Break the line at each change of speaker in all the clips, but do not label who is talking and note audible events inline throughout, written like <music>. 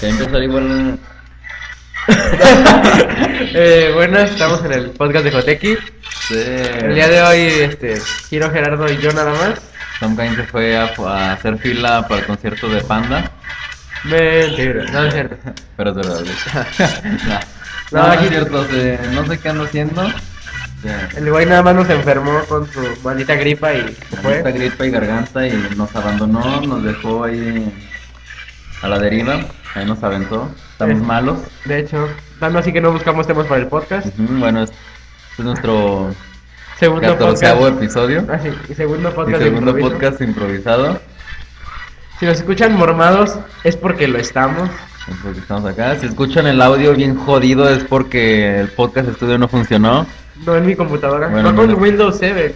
Te va a empezar igual.
Eh, bueno, estamos en el podcast de Joteki.
Sí.
El día de hoy, este, Giro Gerardo y yo nada más.
Tom Kain se fue a, a hacer fila para el concierto de Panda. <laughs>
Mentira, no es cierto.
Pero es verdad.
<laughs>
<laughs> Nah.
No,
No, no
aquí-
es cierto. se- no sé qué ando haciendo. Ya.
El güey nada más nos enfermó con su maldita gripa y se
Con esta
fue.
gripa y garganta y nos abandonó, nos dejó ahí a la deriva, ahí nos aventó, estamos
Sí.
malos.
De hecho, tanto así que no buscamos temas para el podcast.
Ujú, Bueno, este es nuestro
Segundo
catorceavo
podcast.
episodio
Ah, sí, y segundo
y
podcast. de
segundo
improviso.
podcast improvisado,
Si nos escuchan mormados, es porque lo estamos.
es porque estamos acá. Si escuchan el audio bien jodido es porque el podcast estudio no funcionó,
No en mi computadora.
Bueno,
no con
no.
Windows 7.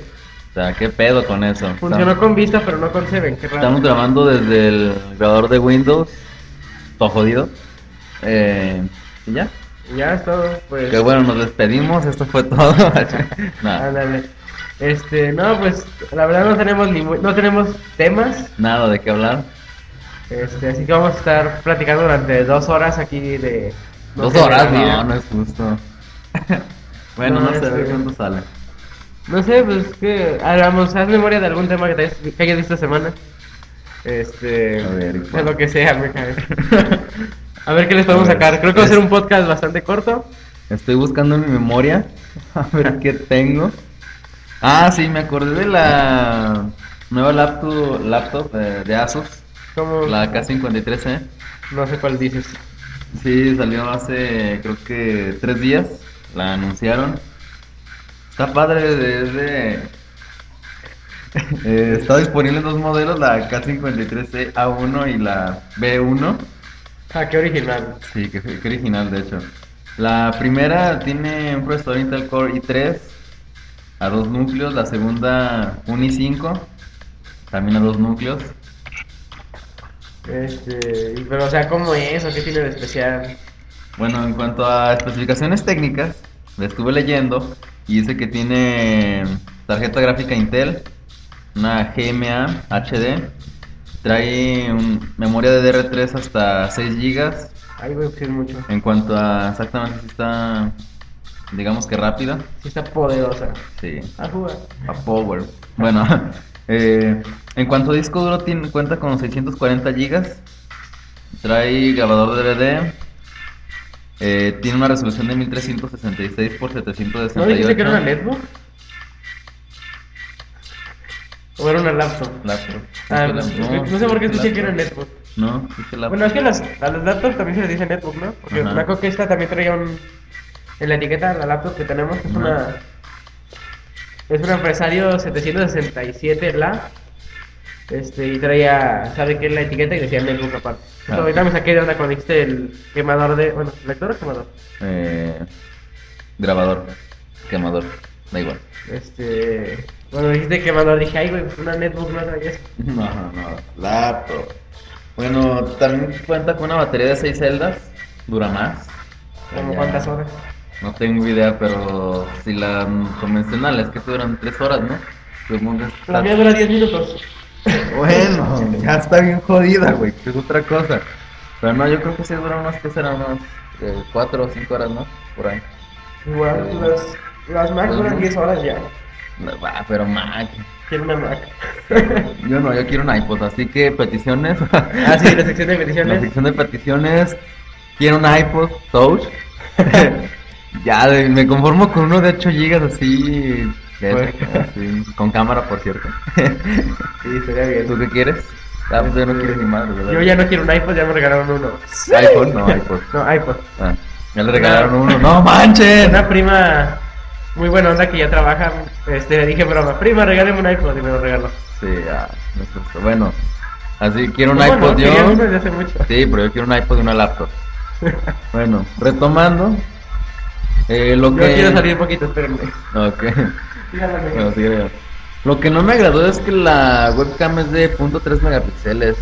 o sea, qué pedo con eso.
Funcionó
Estamos-
con Vista, pero no con 7. Qué raro.
Estamos grabando desde el grabador de Windows, todo jodido, eh, y ya.
Ya es todo, pues.
Que bueno, nos despedimos, esto fue todo. <laughs> nada,
Ándale. Este, no, pues la verdad no tenemos ni mu- no tenemos temas,
nada de qué hablar.
este, así que vamos a estar platicando durante dos horas aquí de no
Dos
sé, de
horas,
la vida.
no, no es justo. <laughs> bueno,
No,
no, sé
es
a ver
que-
cuánto sale.
No sé, pues que hagamos, haz memoria de algún tema que, te hayas, que hayas visto esta semana. Este,
A ver,
de
¿cuál?
lo que sea, me cae. <laughs> A ver qué les podemos
A ver,
sacar. Creo que va a ser
es-
un podcast bastante corto.
Estoy buscando en mi memoria <laughs> a ver qué tengo. Ah, sí, me acordé de la nueva laptop, laptop eh, de, de Asus,
Como
la K53E.
no sé cuál dices.
Sí, salió hace creo que tres días, la anunciaron. Está padre, es de... <laughs> Eh, está disponible en dos modelos, la K53C A1 y la B1.
Ah, qué original.
Sí, que, que original de hecho. La primera tiene un procesador Intel Core i3 a dos núcleos, la segunda un i5 también a dos núcleos.
Este, y- pero o sea, ¿cómo es? ¿O qué tiene de especial?
Bueno, en cuanto a especificaciones técnicas, la estuve leyendo y dice que tiene tarjeta gráfica Intel, una GMA HD, trae un- memoria DDR3 hasta 6 GB.
Ay, güey, pues es mucho.
En cuanto a exactamente si está, digamos que rápida,
Sí está poderosa.
sí,
A jugar.
a Power. Bueno, <laughs> eh, en cuanto a disco duro, tiene, cuenta con 640 GB. Trae grabador DVD. eh, tiene una resolución de 1366 x Pues,
¿No dijiste que era
768.
una netbook? ¿O era una laptop?
Laptop.
Ah,
Dije
no,
laptop,
no, sé por qué escuché
dije
que era
laptop.
netbook.
No, dije laptop.
Bueno, es que las, a las laptops también se les dice netbook, ¿no? Porque
Ajá.
me acuerdo que esta también traía un... En la etiqueta, la laptop que tenemos, es
Ajá.
una... Es un empresario 767 la... Este, y traía, ¿sabe qué? La etiqueta y decía netbook aparte. Entonces,
Ah.
ahorita me saqué de onda con este el quemador de... Bueno, ¿lector o quemador?
Eh, grabador. Quemador. Da igual.
Este... Bueno, dijiste quemador, dije, ay, güey, pues una netbook no traía eso.
<laughs> No, no, no. Laptop. Bueno, también cuenta con una batería de 6 celdas. Dura más.
¿Como
Ya.
cuántas horas?
No tengo idea, pero si la mm, convencional es que duran 3 horas, ¿no? Supongo que
La
está-
mía dura 10 minutos.
Bueno, ya está bien jodida, güey, que es otra cosa. Pero no, yo creo que sí dura unas, que será? Unas 4 o 5 horas, ¿no? Por ahí.
<laughs> Igual, las, las Mac duran 10 horas ya.
No, va, pero Mac.
Quiero
<laughs>
una Mac.
Yo no, yo quiero un iPod, así que peticiones.
ah,
<laughs>
sí, la sección de
La
peticiones.
sección de peticiones. Quiero un iPod
<laughs>
Touch. ya, de- me conformo con uno de 8 GB así, de-
Bueno.
así, Con cámara, por cierto. <laughs>
Sí, estaría
¿Tú
bien.
qué quieres? Ah, pues yo no quiero ni madre, ¿verdad?
Yo ya no quiero un iPod, ya me regalaron uno.
iPhone, no, iPod.
No, iPod.
Ah, ya le regalaron uno. ¡No manches!
Una prima muy buena onda que ya trabaja, este, le dije broma, prima, regáleme un iPod y me lo regaló.
Sí, ya, no es justo. Bueno, así quiero un
Pues Bueno,
iPod yo.
quería uno desde hace mucho.
Sí, pero yo quiero un iPod y una laptop. Bueno, retomando. eh, lo
<laughs> Yo
que...
quiero salir un poquito, espérenme.
Ok.
Dígame.
Bueno, sí, creo. Lo que no me agradó es que la webcam es de .3 megapíxeles.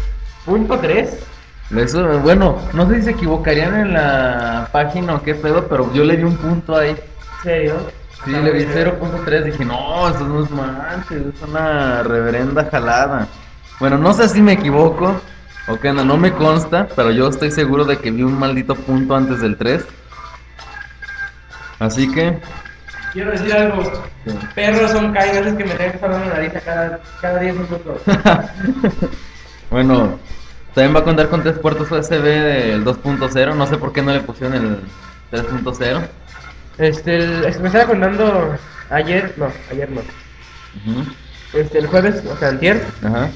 Punto 3.
Eso, bueno, no sé si se equivocarían en la página o qué pedo, pero yo le di un punto ahí.
¿Serio?
Sí, le di 0.3, dije, no, eso no es manches, es una reverenda jalada. Bueno, no sé si me equivoco, Ok, no, no me consta, pero yo estoy seguro de que vi un maldito punto antes del 3. Así que,
Quiero decir algo.
Sí.
Perros son caídas que me tengo que estar dando nariz a cada, cada 10 minutos.
<laughs> bueno, también va a contar con tres puertos USB del 2.0. No sé por qué no le pusieron el 3.0.
Este, el- este, me estaba contando ayer, no, ayer no.
Ujú,
Este, el jueves, o sea, antier,
Ajá.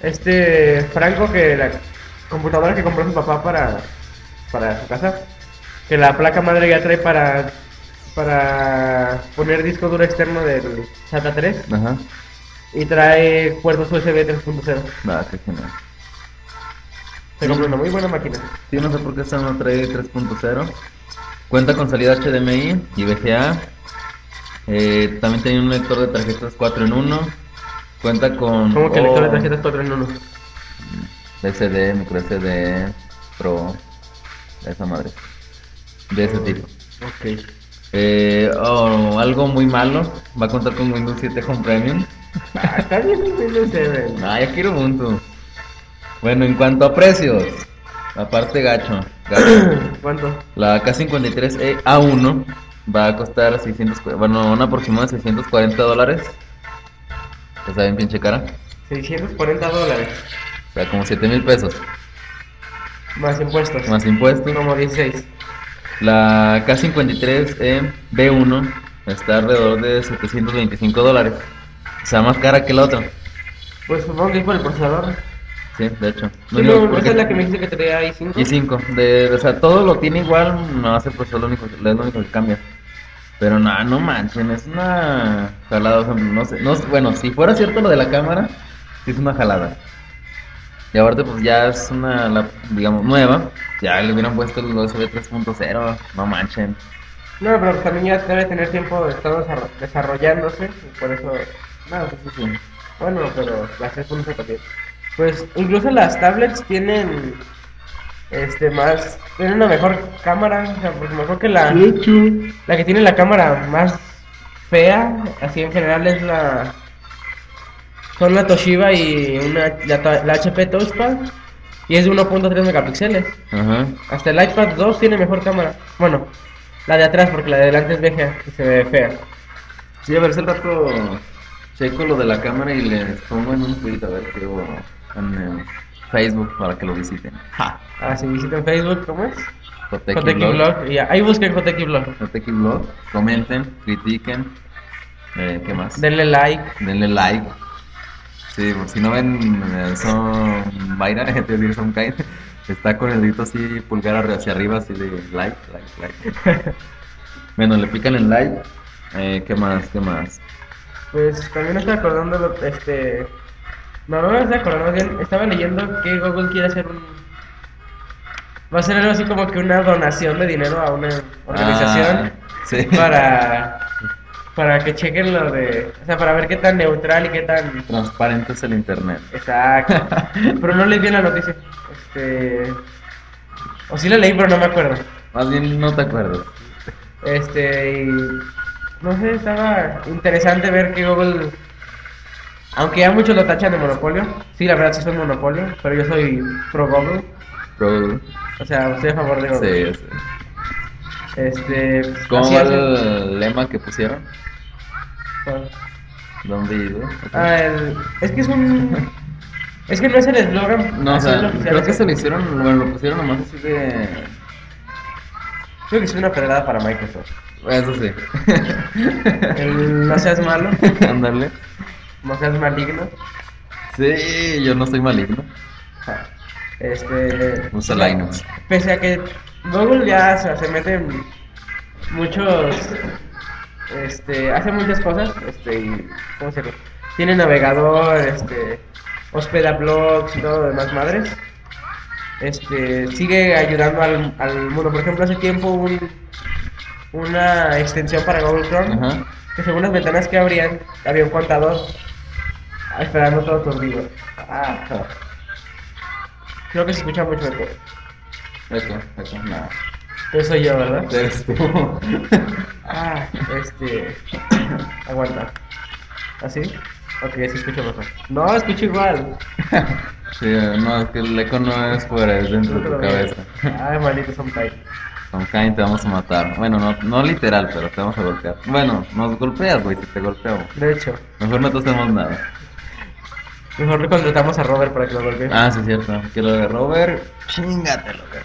este Franco que la computadora que compró su papá para, para su casa, que la placa madre ya trae para para poner disco duro externo del SATA 3
Ajá.
y trae puertos USB 3.0.
Va, qué genial.
Se compró una muy buena máquina.
Sí, no sé por qué esta no trae 3.0. Cuenta con salida HDMI y VGA. Eh, también tiene un lector de tarjetas 4 en 1. Cuenta con.
Como que el lector de
oh,
tarjetas 4 en 1.
SD, micro SD, Pro. Esa madre. De ese tipo.
Ok.
Eh, oh, algo muy malo. Va a contar con Windows 7 Home Premium.
Ah, Está bien el Windows 7.
Ah, yo quiero Ubuntu. Bueno, en cuanto a precios. Aparte, gacho. gacho.
¿Cuánto?
La K53E A1 E va a costar 600, bueno, un aproximado de 640 dólares. Está bien pinche cara.
640 dólares.
O sea, como 7 mil pesos,
Más impuestos.
más impuestos.
Como 16.
La K53E B1 E está alrededor de 725 dólares. O sea, más cara que la otra.
Pues supongo que es por el procesador.
Sí, de hecho.
Sí,
Lo único-
no,
porque-
esa es la que me dijiste que traía i5.
Y 5. De, o sea, todo lo tiene igual, no hace pues lo único, es lo único que cambia. Pero no, no manchen, es una jalada. o sea, no sé, no, sé, bueno, si fuera cierto lo de la cámara, sí es una jalada. Y aparte, pues ya es una, la- digamos, nueva. Ya le hubieran puesto el USB 3.0, no manchen.
No, pero pues, también ya debe tener tiempo de estar desarro- desarrollándose. y por eso. No, pues, sí, sí, sí. Bueno, pero las 3.0 también. Pues incluso las tablets tienen. Este, más. Tienen una mejor cámara. O sea, porque mejor que la. La que tiene la cámara más fea, así en general, es la. Son la Toshiba y una, la, ta- la HP Touchpad. Y es de 1.3 megapíxeles.
Ajá.
Hasta el iPad 2 tiene mejor cámara. Bueno, la de atrás, porque la de adelante es vieja y se ve fea.
Sí, a ver, si el rato checo lo de la cámara y les pongo en un tweet, a ver, creo, en eh, Facebook para que lo visiten. ¡Ja!
Ah, si visitan Facebook, ¿cómo es?
Joteki
Joteki
Blog.
Blog. y ya. Ahí busquen Joteki Blog.
Joteki Blog, comenten, critiquen, eh, ¿qué más?
Denle like.
Denle like. Sí, por si no ven, eh, son Vaira, <laughs> te voy a decir, son Kai, está con el dedito así, pulgar arri- hacia arriba, así de like, like,
<laughs>
like. bueno, le pican el like. Eh, ¿Qué más? ¿Qué más?
Pues también estaba acordando, lo- este. No, no me estaba acordando, más bien, estaba leyendo que Google quiere hacer un. Va a ser algo así como que una donación de dinero a una organización
Ah, sí.
para. para que chequen lo de. O sea, para ver qué tan neutral y qué tan.
Transparente es el internet.
Exacto. pero no leí bien la noticia. Este. O sí la leí, pero no me acuerdo.
Más bien no te acuerdas.
Este, y no sé, estaba interesante ver que Google, aunque ya muchos lo tachan de monopolio, sí, la verdad sí soy monopolio, pero yo soy pro Google,
Pero,
o sea, estoy a favor de Google.
sí, sí.
Este,
¿Cómo
así
va
hace-
el lema que pusieron? ¿Dónde ido?
Ah, el- es que es un, es que no es el eslogan.
No, o
así es lo
sea,
oficial,
creo
es
que
el-
se lo hicieron, bueno, lo pusieron nomás así de...
Creo que es una pedrada para Microsoft.
Eso sí.
<laughs> El no seas malo,
Ándale.
no seas maligno.
Sí, yo no soy maligno.
Este.
Usa Linux.
Pese a que Google ya o sea, se mete en muchos. Este. Hace muchas cosas. Este. Y, ¿Cómo se llama? Tiene navegador, este. Hospeda blogs y todo lo demás madres. Este. Sigue ayudando al, al mundo. Por ejemplo, hace tiempo hubo un, una extensión para Google Chrome.
Ajá.
Que según las ventanas que abrían, había un contador. ah, Esperando todos tus libros. Ah, creo que se escucha mucho mejor.
Eso, eso, nada.
Eso soy yo, ¿verdad?
Eres tú. <laughs>
Ah, este. <coughs> Aguanta. ¿Así? Ok, se escucha mejor. No, escucho igual.
Sí, no, es que el eco no es fuera, es dentro de tu cabeza.
Ay, maldito son país.
Con Cain te vamos a matar. Bueno, no, no literal, pero te vamos a golpear. Bueno, nos golpeas, güey, si te golpeamos.
De hecho,
Mejor no te hacemos nada.
mejor le contratamos a Robert para que lo golpee.
Ah, sí, es cierto. Que lo de Robert, chingatelo, güey.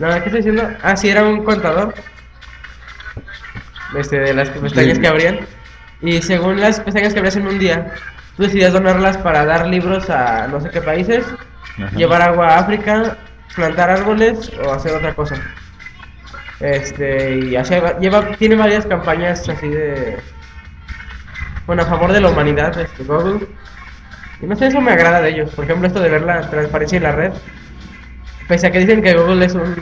La verdad que estoy diciendo, ah, sí, era un contador. Este, de las pestañas
Sí.
que abrían. Y según las pestañas que abrías en un día, tú decidías donarlas para dar libros a no sé qué países,
Ajá. <laughs>
<laughs> llevar agua a África, plantar árboles o hacer otra cosa. Este, y así va- lleva, tiene varias campañas así de. Bueno, a favor de la humanidad, este, Google. Y no sé, eso me agrada de ellos. Por ejemplo, esto de ver la transparencia en la red. Pese a que dicen que Google es un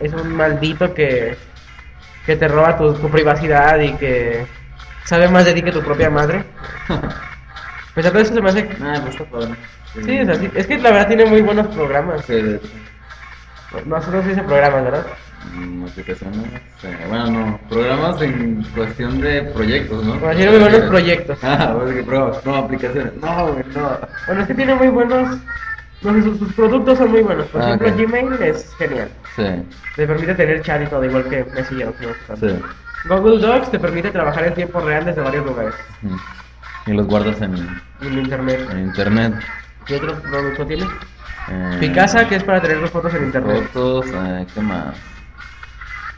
es un maldito que, que te roba tu, tu privacidad y que sabe más de ti que tu propia madre. Pues a todo eso se me hace...
Ah, pues está padre.
Sí, es así. Es que la verdad tiene muy buenos programas.
Sí, de hecho.
Nosotros sí se programas, ¿verdad?
Modificaciones. eh, bueno, no. Programas en cuestión de proyectos, ¿no?
Por decir, muy
<laughs>
buenos proyectos.
Ah, pues que pruebas. No, aplicaciones. No, güey, no.
Bueno, es que tiene muy buenos... No sé, sus, sus productos son muy buenos. Por
Ah,
ejemplo,
ok.
Gmail es genial.
Sí,
Te permite tener chat y todo, igual que Messenger. o Outlook, tanto.
sí.
Google Docs te permite trabajar en tiempo real desde varios lugares.
Mm. Y los guardas en,
Y En internet.
en internet.
¿Qué otro producto tiene?
Eh,
Picasa, que es para tener las fotos en internet.
Fotos, eh, ¿qué más?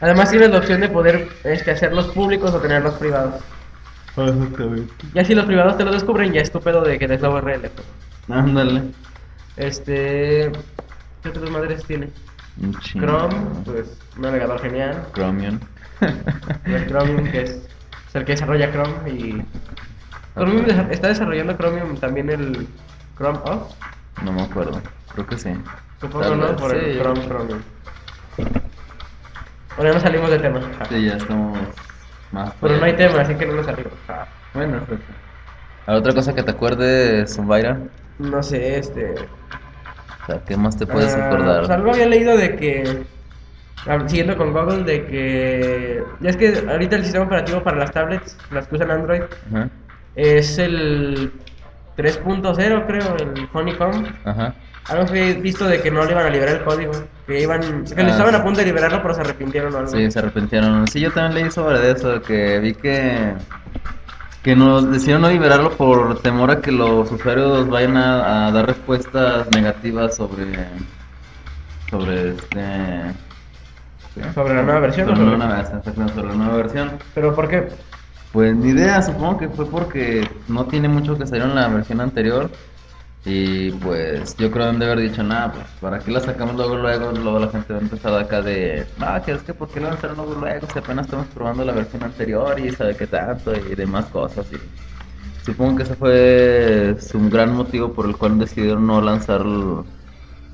Además tienes la opción de poder este, hacerlos públicos o tenerlos privados. Ya si los privados te lo descubren, ya es tu pedo de que des la URL. pues.
Ándale.
Este... ¿Qué otras madres tiene?
Un chingo.
Chrome, pues un navegador genial. <laughs>
Chromium.
El Chromium, que es, es el que desarrolla Chrome y... Chromium desa- está desarrollando Chromium también el Chrome OS.
No me acuerdo. Creo que sí.
Supongo,
Tal
¿no?
vez,
Por
sí.
el Chrome Chromium. Bueno, ya nos salimos de tema. ja.
Sí, ya estamos más.
Pero no hay tema, así que no nos salimos. ja.
Bueno, creo que- ¿Hay otra cosa que te acuerdes, Zumbaira?
No sé, este...
O sea, ¿qué más te puedes
Ah,
acordar?
pues algo había leído de que, ah, siguiendo con Google, de que, ya es que ahorita el sistema operativo para las tablets, las que usan Android,
Ajá.
es el 3.0 creo, el Honeycomb.
Ajá.
Algo que he visto de que no le iban a liberar el código, que iban, que
Ah,
le estaban
sí.
a punto de liberarlo, pero se arrepintieron o algo.
Sí, se arrepintieron. Sí, yo también leí sobre eso, que vi que que nos decidieron no liberarlo por temor a que los usuarios vayan a, a dar respuestas negativas sobre sobre este
Sobre la nueva versión,
sobre
¿no?
la nueva versión, exactamente, sobre la nueva versión.
Pero ¿por qué?
Pues ni idea, supongo que fue porque no tiene mucho que salió en la versión anterior. Y pues yo creo que han de haber dicho, nada, pues para qué la sacamos luego, luego, luego la gente va a empezar acá de, ah, que es que por qué la lanzaron luego, luego, si apenas estamos probando la versión anterior y sabe qué tanto y demás cosas. Y supongo que ese fue su gran motivo por el cual decidieron no lanzar el,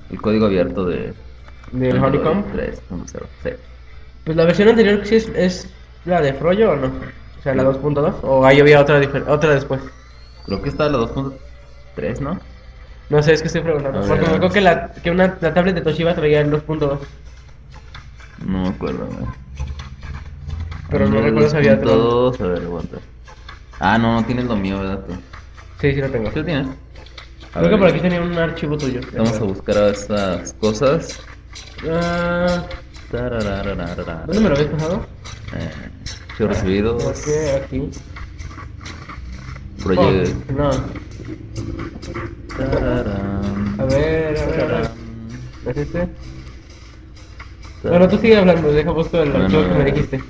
el código abierto de
¿Del
Android
Honeycomb?
3.0. Sí.
Pues la versión anterior que sí es, es la de Froyo o no? O sea, la 2.2, o ahí había otra, difer- otra después.
Creo que está la 2.3, ¿no?
No sé, es que estoy preguntando.
A ver.
Porque me acuerdo que, la, que una, la tablet de Toshiba traía el 2.2.
No me acuerdo, güey.
Pero no
Android
recuerdo si había otro.
2.2, a ver, aguanta. Ah, no, no tienes lo mío, ¿verdad? Tú?
Sí, sí lo tengo.
¿Sí lo tienes? A
Creo que
ver,
por aquí tenía un archivo tuyo.
Vamos a buscar a esas cosas.
Ah,
Tararararara.
¿Dónde me lo habías pasado?
Eh, archivos recibidos.
Porque aquí.
Proyecto.
Oh, no. Oh.
Tararán,
A ver, a ver, a ver.
tararán,
¿Es este? Bueno,
tararán.
tú sigue hablando, deja busco el
Bueno,
archivo
a
que me
ver.
dijiste.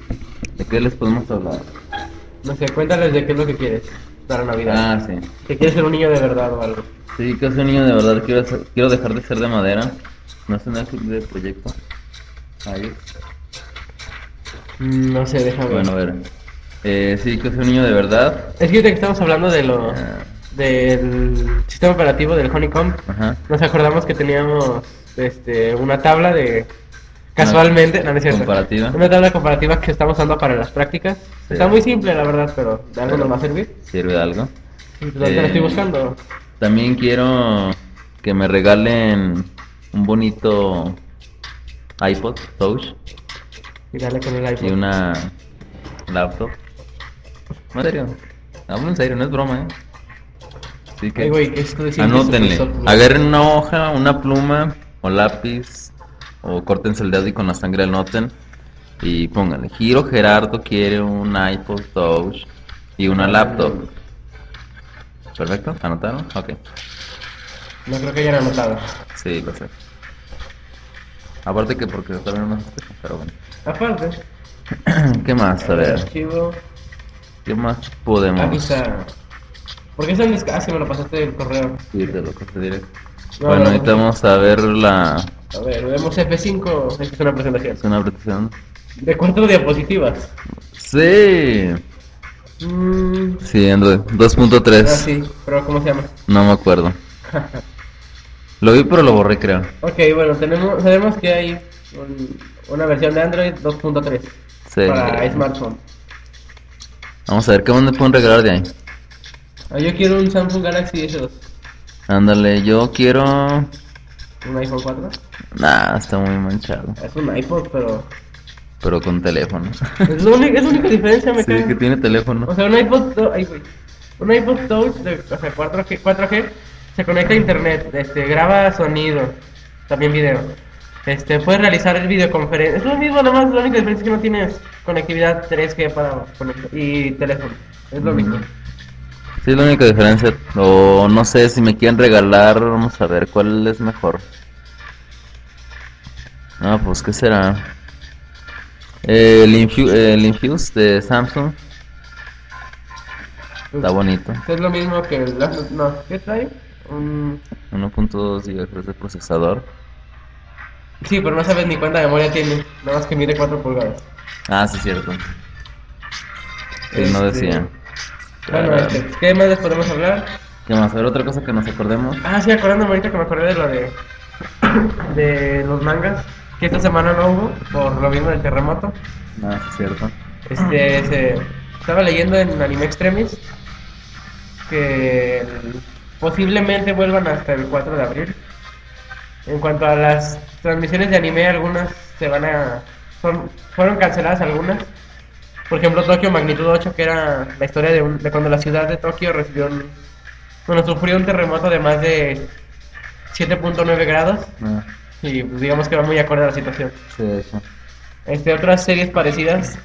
¿De qué les podemos hablar?
No sé, cuéntales de qué es lo que quieres para Navidad.
Ah, sí.
Que quieres ser un niño de verdad o algo.
Sí, que soy un niño de verdad. Quiero, hacer- quiero dejar de ser de madera. No es un de proyecto. Ahí
Mm, No sé, déjame ver.
Bueno, a ver. Eh, sí, que soy un niño de verdad.
Es que ahorita que estamos hablando de lo.
Ah,
del sistema operativo del Honeycomb.
Ajá.
Nos acordamos que teníamos este, una tabla de. Casualmente, no, no es cierto.
Comparativa.
Una tabla comparativa que estamos usando para las prácticas.
Sí.
Está muy simple, la verdad, pero de algo
Pero-
nos va a servir.
¿Sirve de algo?
Entonces,
Eh.
la estoy buscando.
También quiero que me regalen un bonito iPod Touch
Y dale con el iPhone.
y una laptop. ¿En serio? Hablo en serio, no es broma, ¿eh? Así que
Ay, güey, esto es
anótenle.
Microsoft, güey.
Agarren una hoja, una pluma o lápiz o córtense el dedo y con la sangre anoten y pónganle. Giro Gerardo quiere un iPod Touch y una laptop. Perfecto, anotaron. Ok,
No creo que hayan anotado.
sí, perfecto. Aparte que porque también no escucha, pero bueno. <clears throat>
Aparte,
¿Qué más? A
el
ver,
archivo.
¿qué más podemos?
Avisa. ¿Por qué están Ah, sí, me lo pasaste el correo.
Sí, te lo corté directo.
No,
bueno,
no,
ahorita
no.
vamos a ver la.
A ver, vemos F5. Esta es una presentación.
Es una presentación.
De cuatro diapositivas.
Sí,
Mmm.
sí, Android
Ah,
2.3.
sí, pero ¿cómo se llama? <laughs>
No me acuerdo. Lo vi, pero lo borré, creo.
Ok, bueno, tenemos, sabemos que hay un- una versión de Android 2.3
Sí.
para smartphone.
Vamos a ver qué más me pueden regalar de ahí.
Ah, Yo quiero un Samsung Galaxy S2,
Ándale, yo quiero.
un iPhone 4.
Nah, está muy manchado.
Es un iPod, pero
Pero con teléfono. <laughs>
es, lo único- es la única diferencia, me
sí,
cae.
que tiene
O
teléfono.
sea, un iPod, to- ay, güey. un iPod Touch de o sea, 4G, 4G se conecta a internet, este, graba sonido, también video. Este, puedes realizar videoconferencias. Es lo mismo, nada más la única diferencia es que no tienes conectividad 3G para conectar y teléfono. Es
Mm,
lo mismo.
Sí, es la única diferencia. O no sé si me quieren regalar. Vamos a ver cuál es mejor. Ah, pues, ¿qué será? El, Infu- el Infuse de Samsung. Está bonito.
Es lo mismo que el Last- no, ¿qué trae? Un-
1.2 GHz de procesador.
Sí, pero no sabes ni cuánta memoria tiene, nada más que mide 4 pulgadas.
Ah, sí, cierto. Sí, no
Este,
decía.
Bueno,
Ah,
este, ¿qué más les podemos hablar?
¿Qué más? A ver, otra cosa que nos acordemos.
Ah, sí, acordándome ahorita que me acordé de lo de, <coughs> de los mangas, que esta semana no hubo, por lo mismo del terremoto.
Ah, sí, cierto.
Este, se- estaba leyendo en Anime Extremis que el- posiblemente vuelvan hasta el 4 de abril. En cuanto a las transmisiones de anime, algunas se van a... son- fueron canceladas algunas. Por ejemplo, Tokio Magnitud 8, que era la historia de, un- de cuando la ciudad de Tokio recibió un... Bueno, sufrió un terremoto de más de 7.9 grados.
Ah,
Y pues, digamos que va muy acorde a la situación
sí, de hecho.
este, otras series parecidas,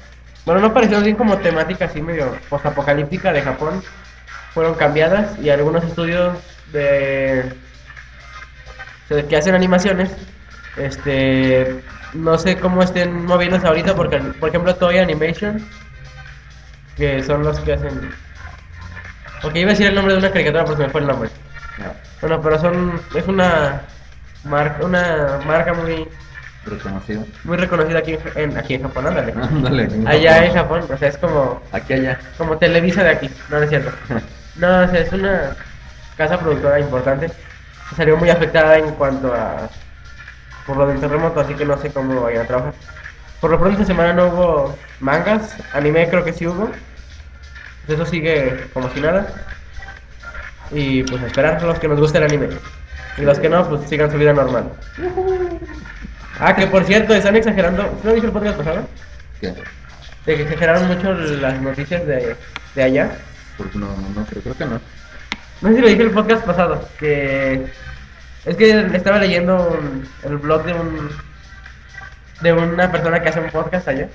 bueno, no parecidas, bien como temática así medio postapocalíptica de Japón, fueron cambiadas y algunos estudios de, de que hacen animaciones, este, no sé cómo estén moviéndose ahorita, porque por ejemplo Toy Animation, que son los que hacen, ok, iba a decir el nombre de una caricatura, pero se me fue el nombre.
Ah,
Bueno, pero son, es una marca, una marca muy,
reconocido. <laughs>
muy reconocida aquí en, aquí en Japón, ándale.
Ándale.
Allá en Japón, o sea, es como,
Aquí, allá. <laughs>
como Televisa de aquí, no, no es cierto. No, o sea, es una casa productora importante. que Salió muy afectada en cuanto a por lo del terremoto, así que no sé cómo vayan a trabajar. Por lo pronto esta semana no hubo mangas, anime creo que sí hubo. Pues Eso sigue como si nada. Y pues esperar a los que nos guste el anime. Y los que no, pues sigan su vida normal. Ah, que por cierto, están exagerando. ¿No dije el podcast pasado?
¿Qué?
De que exageraron mucho las noticias de, de allá.
Porque no, no, no, creo, creo que no.
No sé si lo dije el podcast pasado, que es que estaba leyendo un- el blog de un de una persona que hace un podcast allá.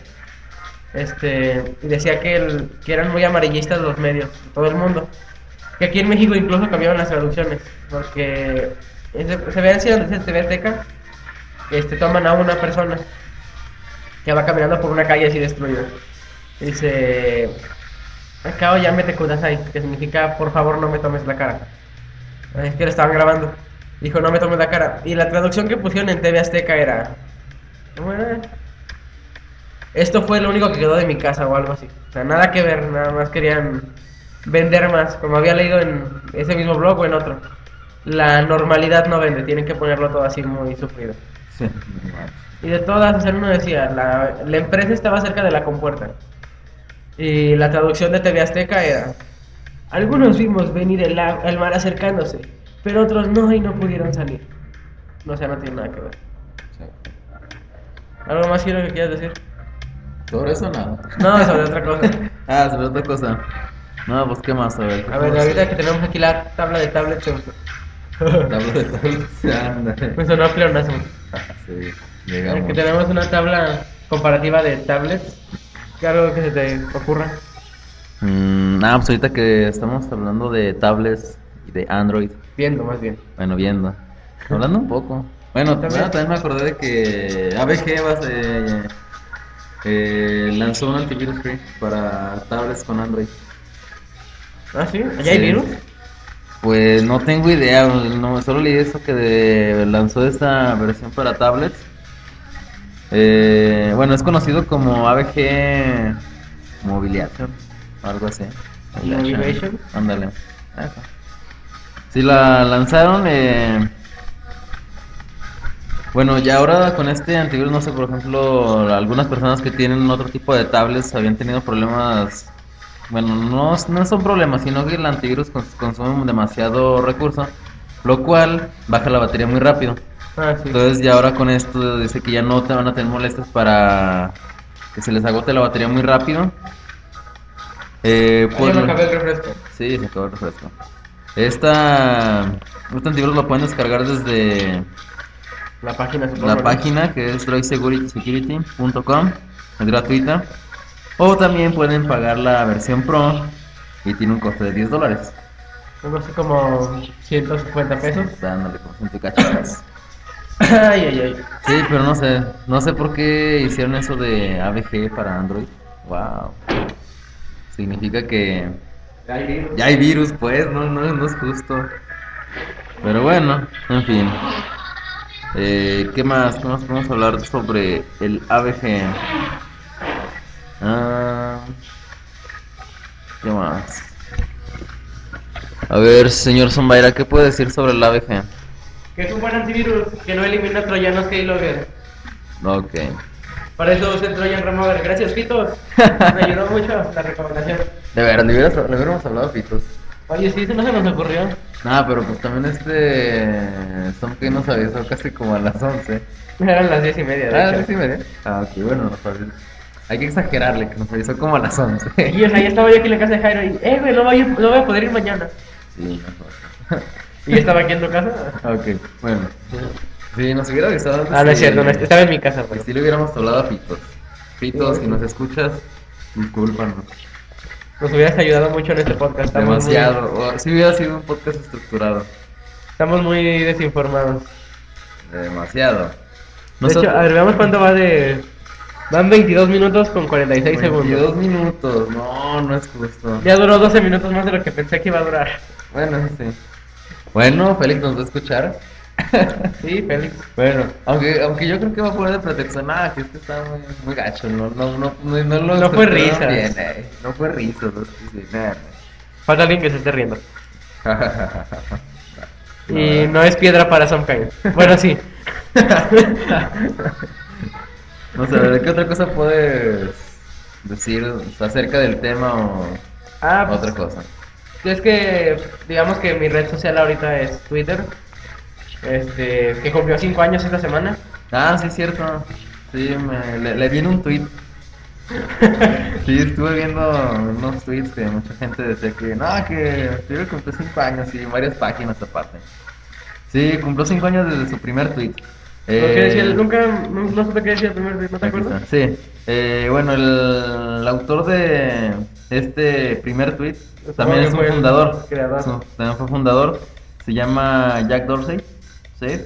Este, y decía que, el- que eran muy amarillistas los medios, todo el mundo. Que aquí en México incluso cambiaron las traducciones, porque ese- se ve así donde dice TV Azteca, que este, toman a una persona que va caminando por una calle así destruida. Y dice, Acabo ya me te ahí, que significa por favor no me tomes la cara. Es que lo estaban grabando. Dijo no me tomes la cara. Y la traducción que pusieron en TV Azteca era. ¿Cómo era? Esto fue lo único que quedó de mi casa o algo así. O sea, nada que ver, nada más querían vender más, como había leído en ese mismo blog o en otro. La normalidad no vende, tienen que ponerlo todo así muy sufrido.
Sí. no manches.
Y de todas, o sea, uno decía, la, la empresa estaba cerca de la compuerta. Y la traducción de TV Azteca era, algunos vimos venir el, a- el mar acercándose, pero otros no y no pudieron salir. No, o sea, no tiene nada que ver.
Sí.
¿Algo más quiero que quieras decir?
¿Sobre eso nada?
No, sobre otra cosa.
Ah, sobre otra cosa. No, pues qué más, a ver.
A ver, ahorita que tenemos aquí la tabla de tablets,
Tabla de tablets, ándale.
<laughs>
Ah,
me sonó pleonasmo.
Sí,
Es
llegamos.
que tenemos una tabla comparativa de tablets. ¿Qué algo que se te ocurra?
Mm, ah, pues ahorita que estamos hablando de tablets y de Android,
Viendo, más bien.
bueno, viendo, hablando un poco. Bueno, también,
También.
también me acordé de que ABG va a ser- eh, lanzó un antivirus free para tablets con Android.
Ah, sí. ¿Allá hay
Sí.
virus?
Pues no tengo idea, no, solo leí eso que de- lanzó esta versión para tablets. Eh, bueno, es conocido como ABG Mobiliation, o algo así.
Mobilation.
Ándale. Eso. Sí, la lanzaron. eh, Bueno, ya ahora con este antivirus, no sé, por ejemplo, algunas personas que tienen otro tipo de tablets habían tenido problemas bueno, no, no son problemas, sino que el antivirus cons- consume demasiado recurso, lo cual baja la batería muy rápido.
Ah, sí.
Entonces ya ahora con esto dice que ya no te van a tener molestias para que se les agote la batería muy rápido. Eh,
Ah,
por
ya me
lo-
acabé el refresco.
Sí, se acabó el refresco. Esta, este antivirus lo pueden descargar desde
La página, supongo.
la
¿no?
página que es droidsecurity.com, es gratuita. O también pueden pagar la versión Pro y tiene un costo de 10 dólares.
Algo así como 150 pesos.
Dándole como ciento y cachitas.
ay, ay, ay.
Sí, pero no sé, no sé por qué hicieron eso de ABG para Android. Wow. Significa que
Hay virus.
ya hay virus, pues, no, no, no es justo. Pero bueno, en fin. Eh, ¿Qué más? ¿Qué más podemos hablar sobre el ABG? Ah, ¿Qué más? A ver, señor Zombaira, ¿qué puede decir sobre el ABG?
Que es un buen antivirus que no elimina troyanos keylogger.
Ok.
Para eso usen Trojan Remover. Gracias, Pitos. Me <laughs> ayudó mucho la recomendación.
De ver, le hubieras- le hubiéramos hablado a Pitos.
Oye, sí, eso no se nos ocurrió.
Ah, pero pues también este. Son que nos avisó casi como a las 11.
Eran las 10 y media, de
Ah,
hecho.
sí, media. Ah, ok, bueno, nos avisó. Hay que exagerarle, que nos avisó como a las 11.
Y o sea, ya estaba yo aquí en la casa de Jairo y, eh, güey, no voy, a- no voy a poder ir mañana.
<laughs> Sí, mejor.
Y yo estaba aquí en tu casa.
ok, bueno. Si nos hubiera avisado antes.
Ah, no es
sí-
cierto, no, estaba en mi casa, pero.
Si le hubiéramos hablado a Pitos. Pitos, si nos escuchas, discúlpanos.
Nos hubieras ayudado mucho en este podcast. Estamos muy-
Demasiado. Oh, sí, hubiera sido un podcast estructurado.
estamos muy desinformados.
Demasiado.
De hecho, a ver, veamos cuánto va de. Van 22 minutos con 46
22
segundos.
minutos. No, no es justo.
Ya duró 12 minutos más de lo que pensé que iba a durar. <laughs>
Bueno, eso sí. Bueno, Félix nos va a escuchar.
Sí, Félix.
Bueno, aunque, aunque yo creo que va a poner de pretexto, nada, que este está muy, muy gacho, no, no, no, no, no lo
No fue
estructuraron bien,
risas.
eh, No fue risa, no sí, sí,
<laughs>
nada.
Falta alguien que se esté riendo. Y
<laughs> No, eh.
no es piedra para Some
<laughs>
Kind. Bueno, sí.
no sé, ¿de qué otra cosa puedes decir acerca del tema o
Ah, pues,
otra cosa?
Es que, digamos que mi red social ahorita es Twitter, este, que cumplió 5 años esta semana.
Ah, sí, es cierto. Sí, me, le, le vi en un
<laughs>
tweet. Sí, estuve viendo unos tweets que mucha gente decía que no, que Twitter cumplió 5 años y varias páginas aparte. Sí, cumplió 5 años desde su primer tweet.
Porque
Eh,
decía, nunca, no, no supe qué decía el primer, ¿no te
aquí
acuerdas?
está. Sí, Eh, bueno, el, el autor de este primer tweet también
que
es un
fue el
fundador.
creador.
Es un- también fue fundador. Se llama Jack Dorsey. ¿sí?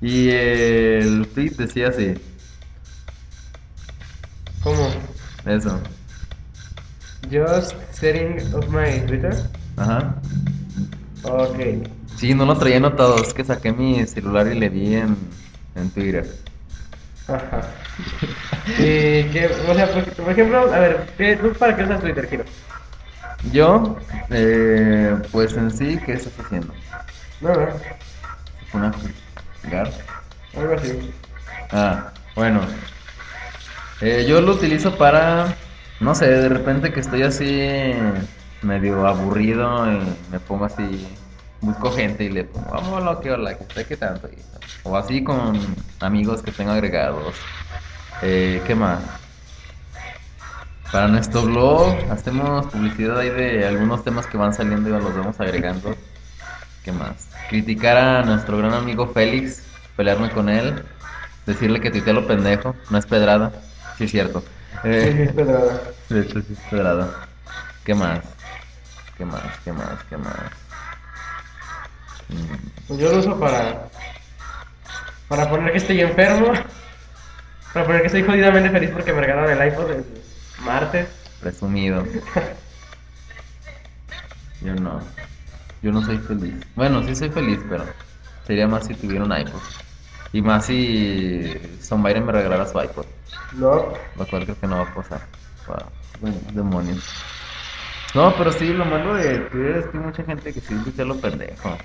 Y eh, el tweet decía así.
¿Cómo?
Eso.
Just setting up my Twitter.
Ajá.
Ok.
Sí, no lo traía anotado. Es que saqué mi celular y le di en, en Twitter.
Ajá. <laughs> Y que, o sea, pues, por, por ejemplo, a ver, ¿qué- ¿tú para qué usas Twitter, Kiro?
Yo, eh, pues en sí, ¿qué estás haciendo?
No, no,
¿Una jugar?
algo así.
Ah, bueno. Eh, yo lo utilizo para, no sé, de repente que estoy así medio aburrido y me pongo así, busco gente y le pongo, vamos a lo que hola, que sé qué tanto. y- o así con amigos que tengo agregados. Eh, ¿qué más? Para nuestro blog hacemos publicidad ahí de algunos temas que van saliendo y los vamos agregando. ¿Qué más? Criticar a nuestro gran amigo Félix, pelearme con él, decirle que tuitea lo pendejo, no es pedrada, sí es cierto.
Sí, sí,
Eh,
es pedrada.
<laughs> de hecho sí es pedrada. ¿Qué más? ¿Qué más? ¿Qué más? ¿Qué más? Mm.
Pues yo lo uso para. Para poner que estoy enfermo. Para poner que estoy jodidamente feliz porque me regalaron el iPod el martes.
Presumido. Yo no. Yo no soy feliz. Bueno, sí soy feliz, pero sería más si tuviera un iPod. Y más si Son Byron me regalara su iPod.
No.
Lo cual creo que no va a pasar. Wow. Bueno, demonios. No, pero sí, lo malo de Twitter es que hay mucha gente que sí dice lo pendejo.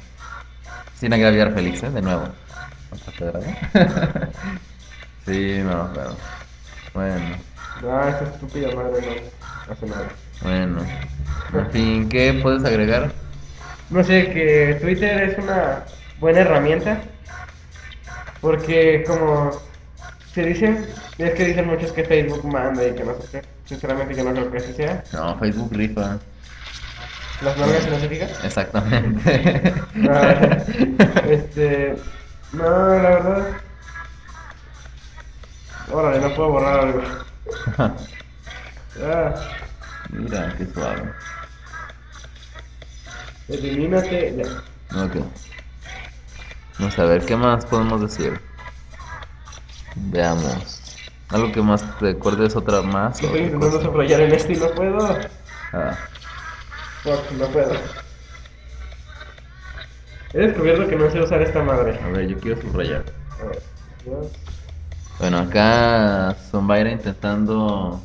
Sin agraviar Félix, ¿eh? De nuevo. Otra pedrada. <laughs> sí, no, pero. Bueno.
Ah,
No, esa estúpida madre no hace nada.
Bueno, en fin, ¿qué puedes agregar?
No sé, que Twitter es una buena herramienta. Porque como se dice, es que dicen muchos que Facebook manda y que no sé qué. Sinceramente yo no creo que así sea.
No, Facebook rifa.
Las mangas se notifican.
Exactamente. <laughs>
No, <laughs> este. No, la verdad. Órale, no puedo borrar algo. Ah,
Mira, qué suave.
elimínate. Ya.
Ok. Vamos a ver, ¿qué más podemos decir? Veamos. Algo que más te acuerdes otra más.
Estoy
otra
intentando
cosa?
subrayar en este y no puedo.
Ah,
Fuck, no puedo. He descubierto que no sé usar esta madre.
a ver, yo quiero subrayar.
A ver, Dios.
Bueno, acá Zombaira intentando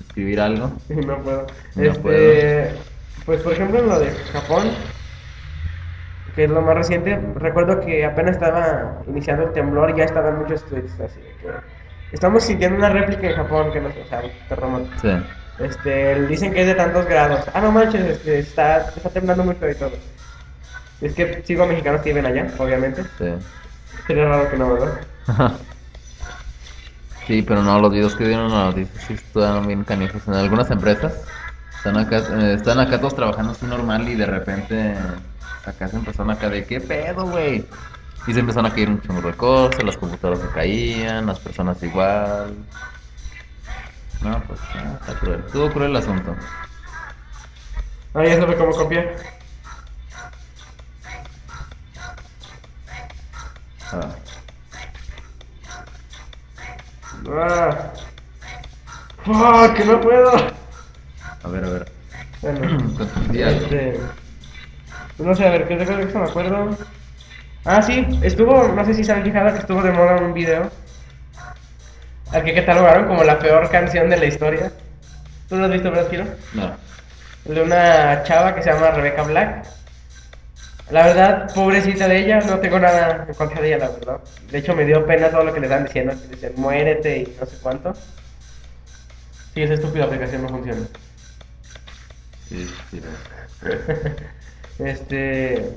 escribir algo.
Sí, No puedo.
No
este,
puedo.
pues por ejemplo en lo de Japón, que es lo más reciente, recuerdo que apenas estaba iniciando el temblor, ya estaban muchos tweets así de que estamos sintiendo una réplica en Japón que nos, o sea, un terremoto.
Sí.
Este, dicen que es de tantos grados. Ah, no manches, este, está, está temblando mucho y todo. Es que sigo a mexicanos que viven allá, obviamente.
Sí.
Sería raro que no, ¿verdad?
Sí, pero no, los videos que dieron la noticia sí están bien canijos. En algunas empresas están acá, eh, están acá todos trabajando así normal y de repente acá se empezaron acá de qué pedo, güey. Y se empezaron a caer un chorro de cosas, las computadoras se caían, las personas igual. No, pues no, está cruel. Estuvo cruel el asunto.
Ah, ya sabe cómo copiar.
Ah,
Ah. ¡Oh, que no puedo!
a ver, a ver. <clears throat>
Bueno.
Confundí algo.
Este, pues no sé, a ver, ¿qué recuerdo que se me acuerdo? Ah, sí, estuvo, no sé si se han fijado que estuvo de moda un video al que catalogaron como la peor canción de la historia. ¿Tú lo has visto, verdad, Kiro?
No.
El de una chava que se llama Rebecca Black. La verdad, pobrecita de ella, no tengo nada en contra de ella, la verdad. De hecho, me dio pena todo lo que le están diciendo, que dicen muérete y no sé cuánto. Sí, esa estúpida aplicación no funciona.
Sí, sí.
<laughs> Este.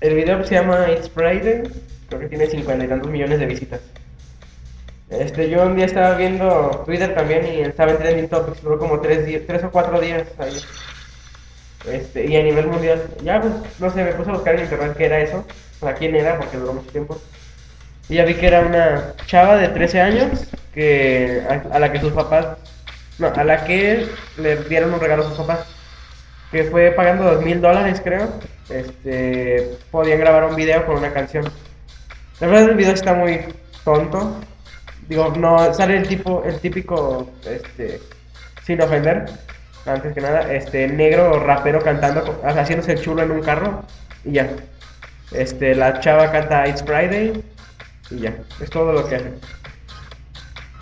El video se llama It's Friday. Creo que tiene cincuenta y tantos millones de visitas. Este, yo un día estaba viendo Twitter también y estaba en trending topics, duró como tres, días, tres o cuatro días ahí. Este, y a nivel mundial, ya pues, no sé, me puse a buscar en internet qué era eso, o sea, quién era, porque duró mucho tiempo. Y ya vi que era una chava de 13 años que, a, a la que sus papás, no, a la que le dieron un regalo a sus papás que fue pagando dos mil dólares, creo, este, podían grabar un video con una canción. La verdad el video está muy tonto. Digo, no sale el tipo, el típico, este, sin ofender, antes que nada, este negro rapero cantando, co- o sea, haciéndose el chulo en un carro y ya. Este, la chava canta It's Friday y ya. Es todo lo que hace.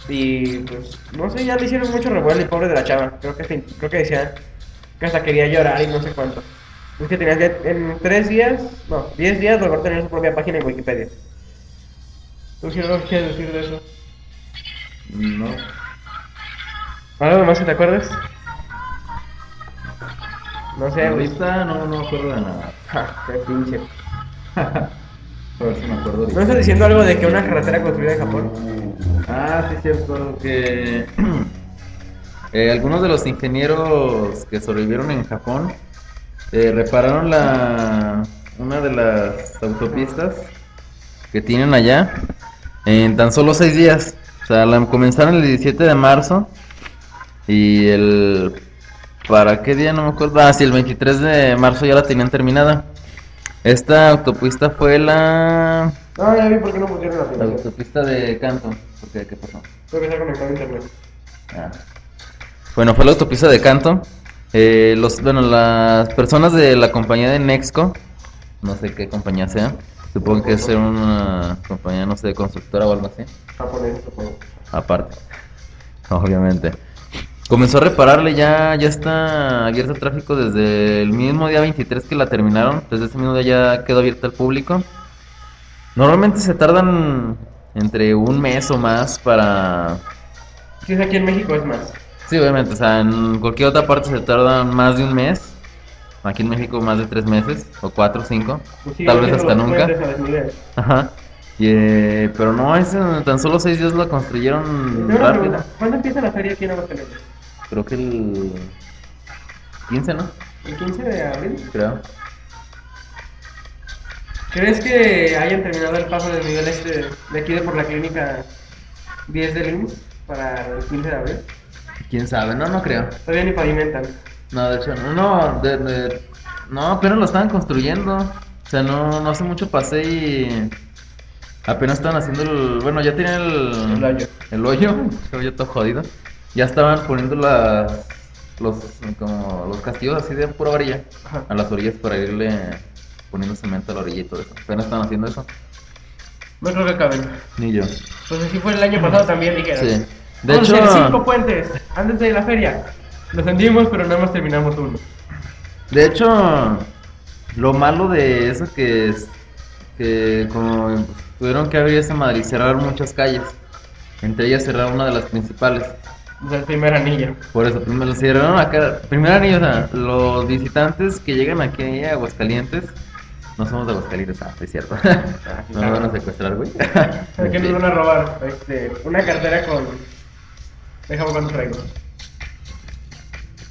Y pues, no sé, ya le hicieron mucho revuelo y pobre de la chava. Creo que, se- creo que decía que hasta quería llorar y no sé cuánto. Es que tenía que, en tres días, no, diez días logró tener su propia página en Wikipedia. ¿Tú qué qué quieres decir de eso?
No.
¿Algo más que te acuerdes? No sé, güey.
Ahorita no, no me acuerdo de nada.
Ja, qué pinche.
A ver si me acuerdo
¿No
ahorita.
estás diciendo algo de que una carretera construida en Japón?
Ah, sí, es cierto que <clears throat> Eh, algunos de los ingenieros que sobrevivieron en Japón eh, repararon la una de las autopistas que tienen allá en tan solo seis días. O sea, la comenzaron el 17 de marzo y el... ¿Para qué día? No me acuerdo. Ah, sí, el 23 de marzo ya la tenían terminada. Esta autopista fue la...
No, ya vi por qué no pusieron la
La
aplicación.
autopista de Canton. ¿Por qué? ¿Qué pasó?
Creo que se ha conectado a internet.
Ah. Bueno, fue la autopista de Canton. Eh, los, bueno, las personas de la compañía de Nexco, no sé qué compañía sea, supongo que es una compañía, no sé, constructora o algo así,
Japonés, supongo.
aparte, <laughs> obviamente. Comenzó a repararle, ya, ya está abierto al tráfico desde el mismo día 23 que la terminaron, desde ese mismo día ya quedó abierta al público. Normalmente se tardan entre un mes o más para
Si es aquí en México es más.
Sí, obviamente, o sea, en cualquier otra parte se tardan más de un mes. Aquí en México más de tres meses, o cuatro, cinco,
Pues sigue
tal vez
haciendo
hasta
los
nunca. Mm,
puentes a desnivel.
Ajá. Y, eh, pero no, es en tan solo seis días la construyeron
Tengo una
rápido.
pregunta. ¿Cuándo empieza la feria aquí en Aguascalientes?
Creo que el 15, ¿no?
¿El 15 de abril?
Creo.
¿Crees que hayan terminado el paso del nivel este de aquí de por la clínica 10 de IMSS para el 15 de abril?
¿Quién sabe? No, no creo.
Todavía ni pavimentan.
No, de hecho, no, no, de, de- no, apenas lo estaban construyendo. O sea, no, no hace mucho pasé y apenas estaban haciendo el, bueno, ya tenían el,
El hoyo.
el hoyo, <laughs> el hoyo todo jodido. Ya estaban poniendo las, los, como los castillos así de pura orilla,
Ajá.
a las orillas para irle poniendo cemento a la orilla y todo eso. Apenas estaban haciendo eso.
No creo que caben.
Ni yo.
Pues así fue el año pasado también, dijeron.
Sí. De
Vamos a hacer
hecho,
cinco puentes antes de la feria. Los hundimos, pero nada más terminamos uno.
De hecho, lo malo de eso que es que como tuvieron que abrir esa madre y cerrar muchas calles, entre ellas cerraron una de las principales.
O sea, el primer anillo.
Por eso, primero cerraron acá. Primero anillo, o sea, los visitantes que llegan aquí a Aguascalientes, no somos de Aguascalientes, ah, es cierto. <laughs> no nos van a secuestrar, güey.
<laughs> ¿Por qué nos van a robar? Este, una cartera con. Déjame cuánto traigo.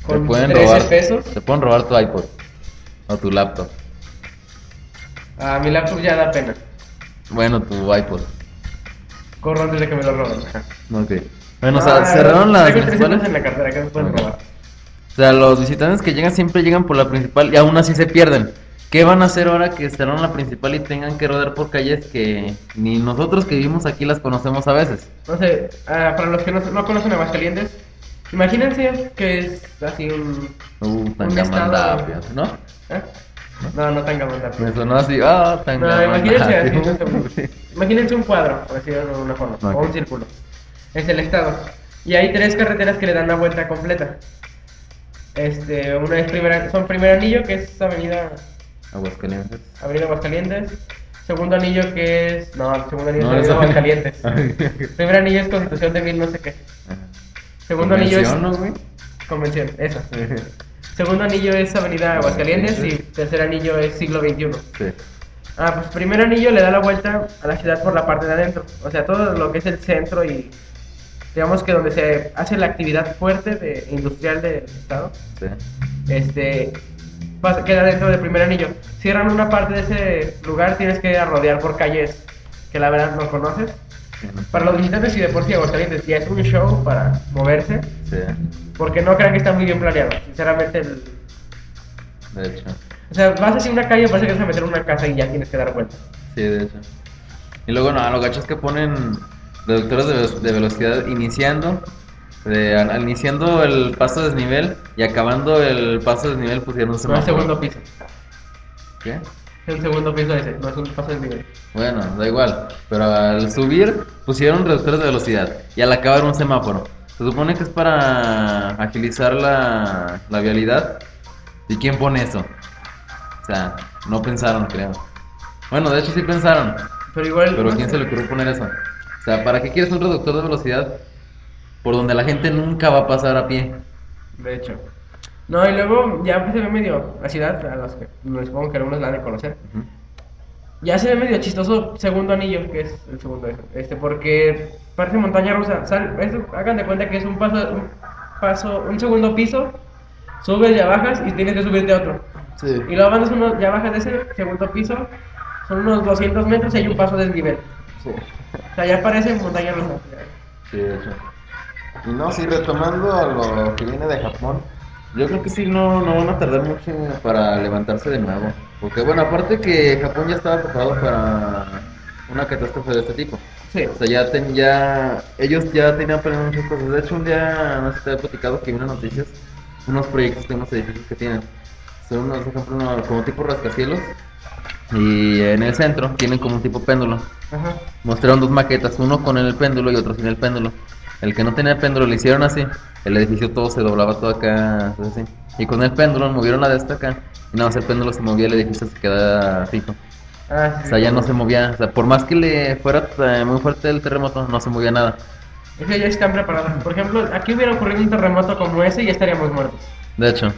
Te
Con
pueden
13
robar.
pesos.
Te pueden robar tu iPod o tu laptop.
A mi laptop ya da pena.
Bueno, tu iPod.
Corro antes de que me lo roben.
Ok. Bueno, o sea,
Ah,
cerraron las
Traigo 13
principales.
pesos en la cartera que me pueden
Ok.
robar.
O sea, los visitantes que llegan siempre llegan por la principal y aún así se pierden. ¿Qué van a hacer ahora que cerraron la principal y tengan que rodar por calles que ni nosotros que vivimos aquí las conocemos a veces?
No sé, ah, para los que no, no conocen Aguascalientes, imagínense que es así un.
Uh,
estado-
Tangamandapia, ¿no?
¿eh? No, no tan gamandapia.
Me sonó así, ah,
No,
<laughs>
imagínense así, no
Tangamandapia.
sé, imagínense un cuadro, por decirlo de una forma, o
Ok.
un círculo. Es el estado. Y hay tres carreteras que le dan la vuelta completa. Este, una es primera, son primer anillo, que es avenida,
Aguascalientes.
avenida Aguascalientes. Segundo anillo que es. No, el segundo anillo es
es
avenida
<laughs>
Aguascalientes. primer anillo es constitución de mil no sé qué. Segundo anillo es.
Convención, ¿no, güey? <laughs>
Convención, eso. Segundo anillo es avenida Aguascalientes y
Aguascalientes.
tercer anillo es siglo XXI.
Sí.
Ah, pues primer anillo le da la vuelta a la ciudad por la parte de adentro. O sea, todo lo que es el centro y digamos que donde se hace la actividad fuerte de, industrial del estado,
Sí.
este pasa- queda dentro del primer anillo. Cierran una parte de ese lugar, tienes que ir a rodear por calles que la verdad no conoces.
Sí, no sé.
Para los visitantes y de por sí Aguascalientes ya es un show para moverse,
Sí,
porque no crean que está muy bien planeado. Sinceramente, el-
de hecho.
o sea, vas hacia una calle, parece que vas a meter una casa y ya tienes que dar vuelta.
Sí, de hecho. Y luego, no, los gachos que ponen reductores de, ve- de velocidad iniciando, de- al- iniciando el paso desnivel y acabando el paso desnivel pusieron un
No el
semáforo.
segundo piso.
¿Qué?
El segundo piso ese, no es un paso del nivel.
Bueno, da igual. Pero al subir pusieron reductores de velocidad y al acabar un semáforo. Se supone que es para agilizar la, la vialidad. ¿Y quién pone eso? O sea, no pensaron, creo. Bueno, de hecho sí pensaron.
Pero igual.
Pero
no
¿quién
sé.
se le ocurrió poner eso? O sea, ¿para qué quieres un reductor de velocidad por donde la gente nunca va a pasar a pie?
De hecho. No, y luego ya se ve medio. La ciudad, a los que me supongo que algunos la han de conocer. Ya se ve medio chistoso segundo anillo, que es el segundo ese, Este, porque parece montaña rusa. Sal- es- hagan de cuenta que es un paso. un- paso, un segundo piso, subes, ya bajas y tienes que subirte a otro.
Sí.
Y luego andas unos, ya bajas de ese segundo piso, son unos 200 metros y hay un paso desnivel.
Sí.
O sea, ya parece montaña rusa.
Sí, de hecho. Y no, sí, retomando a lo que viene de Japón,
Yo creo que sí, no, no van a tardar mucho para levantarse de nuevo. Porque, bueno, aparte que Japón ya estaba preparado para una catástrofe de este tipo.
Sí.
O sea, ya, ten- ya ellos ya tenían planeado muchas cosas. De hecho, un día no sé si te había platicado que vi unas noticias, unos proyectos de unos edificios que tienen. Son unos, por ejemplo, uno- como tipo rascacielos. Y en el centro tienen como un tipo péndulo.
Ajá.
Mostraron dos maquetas, uno con el péndulo y otro sin el péndulo. El que no tenía péndulo le hicieron así. El edificio todo se doblaba todo acá, todo así. Y con el péndulo movieron la de esta acá. Y nada más el péndulo se movía, el edificio se quedaba fijo.
Ah,
O
sí.
sea, ya no se movía. O sea, por más que le fuera eh, muy fuerte el terremoto, no se movía nada.
Es que ya están preparados. Por ejemplo, aquí hubiera ocurrido un terremoto como ese y ya estaríamos muertos.
De hecho.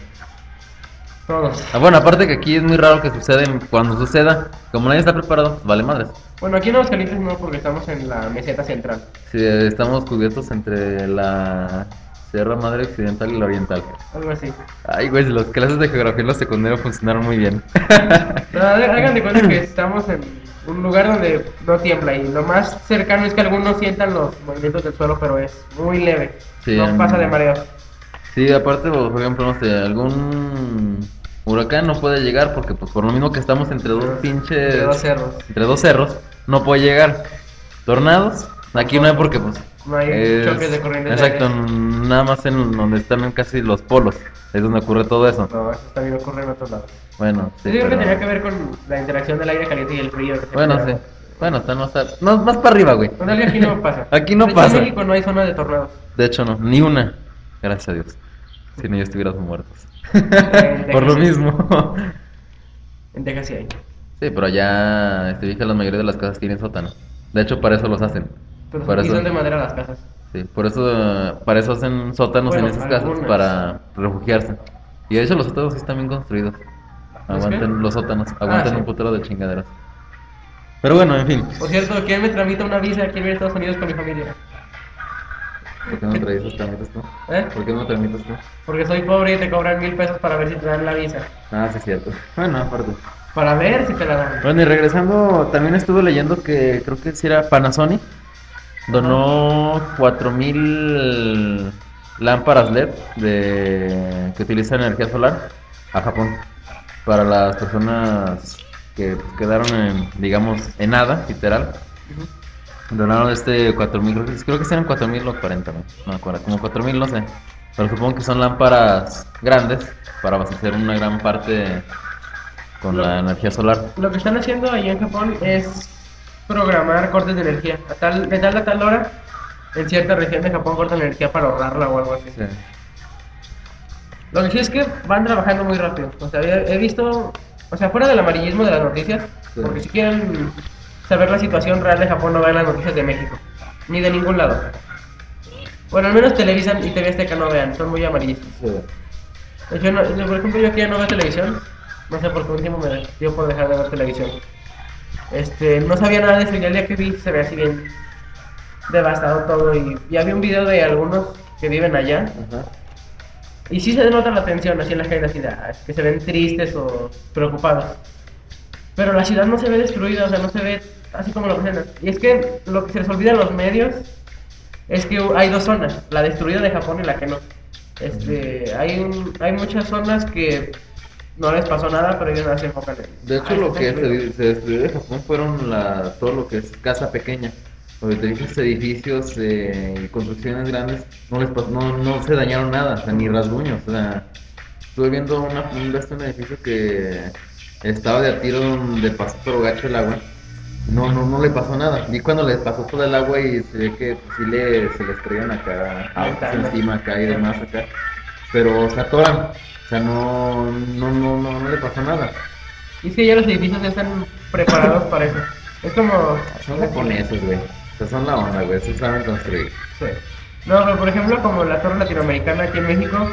Todos.
Ah, bueno, aparte que aquí es muy raro que suceda cuando suceda. Como nadie está preparado, vale madres.
Bueno, aquí en los calientes no, porque estamos en la meseta central.
Si estamos cubiertos entre la Sierra Madre Occidental y la Oriental.
Algo así.
Ay, güey, las clases de geografía en la secundaria funcionaron muy bien. <laughs>
Pero há- hagan de cuenta que estamos en un lugar donde no tiembla y lo más cercano es que algunos sientan los movimientos del suelo, pero es muy leve.
Sí,
no
en-
pasa de mareo.
Sí, aparte, pues, por ejemplo, no sé, algún huracán no puede llegar porque, pues, por lo mismo que estamos entre dos pinches.
De dos cerros.
entre dos cerros, no puede llegar. Tornados, aquí no hay porque, pues.
No hay choques de corrientes de
Exacto, nada más en donde están casi los polos, es donde ocurre todo eso.
No, eso también ocurre en otros lados.
Bueno, sí,
Yo creo
pero-
que tenía que ver con la interacción del aire caliente y el frío. que se
Bueno, sí.
genera.
Bueno, están más, al- no, más para arriba, güey.
Bueno,
<laughs>
aquí no pasa.
Aquí no
De hecho,
pasa.
En México no hay zona de tornados.
De hecho, no, ni una. Gracias a Dios. Si no, ya estuviéramos muertos.
Eh,
<laughs> Por lo
déjame.
mismo. <laughs>
En Texas sí hay.
Sí, pero allá, este, dije, la mayoría de las casas tienen sótano. De hecho, para eso los hacen.
Pero
Por
aquí
eso,
son de madera las casas.
sí, por eso, eh, para eso hacen sótanos
Bueno,
en esas casas,
algunas.
para refugiarse. Y de hecho, los sótanos sí están bien construidos.
¿Los qué?
Aguantan los sótanos, aguantan
Ah, sí.
un putero de chingaderas. Pero bueno, en fin.
Por cierto, ¿quién me tramita una visa? ¿Quién viene a Estados Unidos con mi familia?
¿Por qué no traes los trámites tú?
¿Eh?
¿Por qué no tramitas tú?
Porque soy pobre y te cobran mil pesos para ver si te dan la visa.
Ah, sí, es cierto. Bueno, aparte.
Para ver si te la dan.
Bueno, y regresando, también estuve leyendo que creo que si era Panasonic, donó 4000 lámparas LED de, que utilizan energía solar a Japón para las personas que quedaron en, digamos, en nada, literal. Donaron este 4000, creo que- creo que eran 4000 o 40, no No me acuerdo, como 4000, no sé. Pero supongo que son lámparas grandes para abastecer una gran parte con la energía solar.
Lo que están haciendo ahí en Japón es programar cortes de energía. A tal, de tal a tal hora, en cierta región de Japón cortan energía para ahorrarla o algo así.
Sí.
Lo que sí es que van trabajando muy rápido. O sea, he he visto, o sea, fuera del amarillismo de las noticias,
Sí.
porque si quieren saber la situación real de Japón, no vean las noticias de México, ni de ningún lado. Bueno, al menos Televisan y TV Azteca no vean, son muy amarillistas. Yo no- yo, por ejemplo, yo aquí ya no veo televisión, no sé por qué un tiempo me dio por dejar de ver televisión. Este, no sabía nada de eso y el día que vi se ve así bien devastado todo y, y había un video de algunos que viven allá
嗯
ajá,
y sí se nota la tensión así en las calles de la ciudad, que se ven tristes o preocupados. Pero la ciudad no se ve destruida, o sea, no se ve así como lo presentan. Y es que lo que se les olvida a los medios es que hu- hay dos zonas, la destruida de Japón y la que no. Este, hay, un- hay muchas zonas que no les pasó nada, pero ellos no se enfocan en
De hecho,
"Ah,
lo
está
que
destruido".
se, se destruyó de Japón fueron la, todo lo que es casa pequeña. Los edificios, edificios eh, y construcciones grandes no les pas- no, no se dañaron nada, o sea, ni rasguños. o sea, estuve viendo una, un, de este, un edificio que estaba de a tiro donde pasó todo gacho el agua. No, no, no le pasó nada. Vi cuando les pasó todo el agua y se ve que pues, sí le, se les traían acá, autos
Ventanas.
encima acá y demás acá. Pero se atoran. O sea, no, no, no, no, no le pasó nada.
Y es que ya los edificios ya están preparados para eso. Es como...
Son japoneses, güey. O sea, son la onda, güey. Se saben construir.
Sí. No, pero por ejemplo, como la torre latinoamericana aquí en México,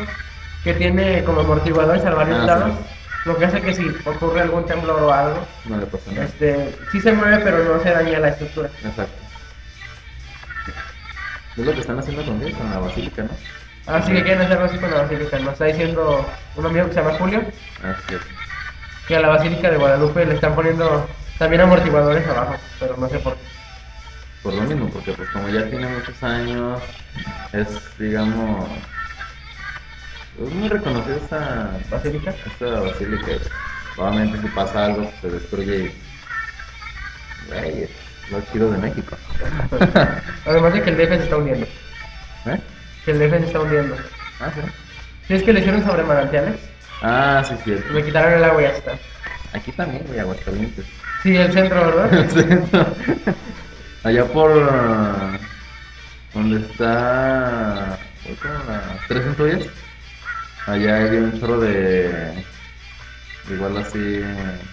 que tiene como amortiguadores a varios
Ah,
lados,
sí.
lo que hace que si ocurre algún temblor o algo,
No le pasa nada.
este, sí se mueve, pero no se daña la estructura.
Exacto. Es lo que están haciendo con, qué? con la basílica, ¿no?
Así que quieren hacerlo así con la basílica. Nos está diciendo un amigo que se llama Julio
Así Ah, es.
que a la basílica de Guadalupe le están poniendo también amortiguadores abajo, pero no sé por qué.
Por lo mismo, porque pues como ya tiene muchos años, es digamos... Es muy reconocida esta, <laughs>
Basílica.
esta basílica. Obviamente si pasa algo pues, se destruye y... Güey, es lo chido de México. <laughs>
Además de que el DF se está hundiendo.
¿Eh?
Que el DF se está hundiendo.
Ah, sí.
Si es que le hicieron sobre manantiales,
Ah, sí, cierto.
le quitaron el agua y ya está.
Aquí también, güey, Aguascalientes.
Sí, el centro, ¿verdad?
Sí, no. Allá por ah, donde está ¿cuál fue la? tres centurias. Allá hay un chorro de igual así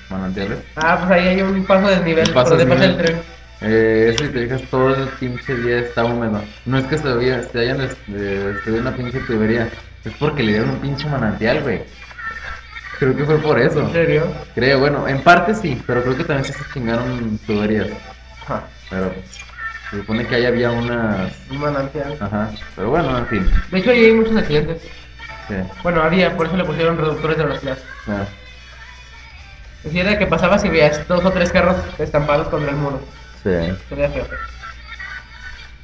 manantiales.
Ah, pues ahí hay un paso de desnivel
Y pasas
por donde pasa el
bien.
tren.
Eh, eso y te dejas todo el pinche día está húmedo. No es que se, había- se hayan des- de- destruido una pinche tubería, es porque le dieron un pinche manantial, güey. Creo que fue por eso.
¿En serio?
Creo, bueno, en parte sí, pero creo que también sí se chingaron tuberías.
Ajá.
Pero pues, se supone que ahí había unas.
Un manantial.
Ajá. Pero bueno, en fin.
De hecho, ahí hay muchos accidentes.
Sí.
Bueno, había, por eso le pusieron reductores de velocidad.
Ah,
Decía de que pasabas y veías dos o tres carros estampados contra el muro.
sí.
Sería feo.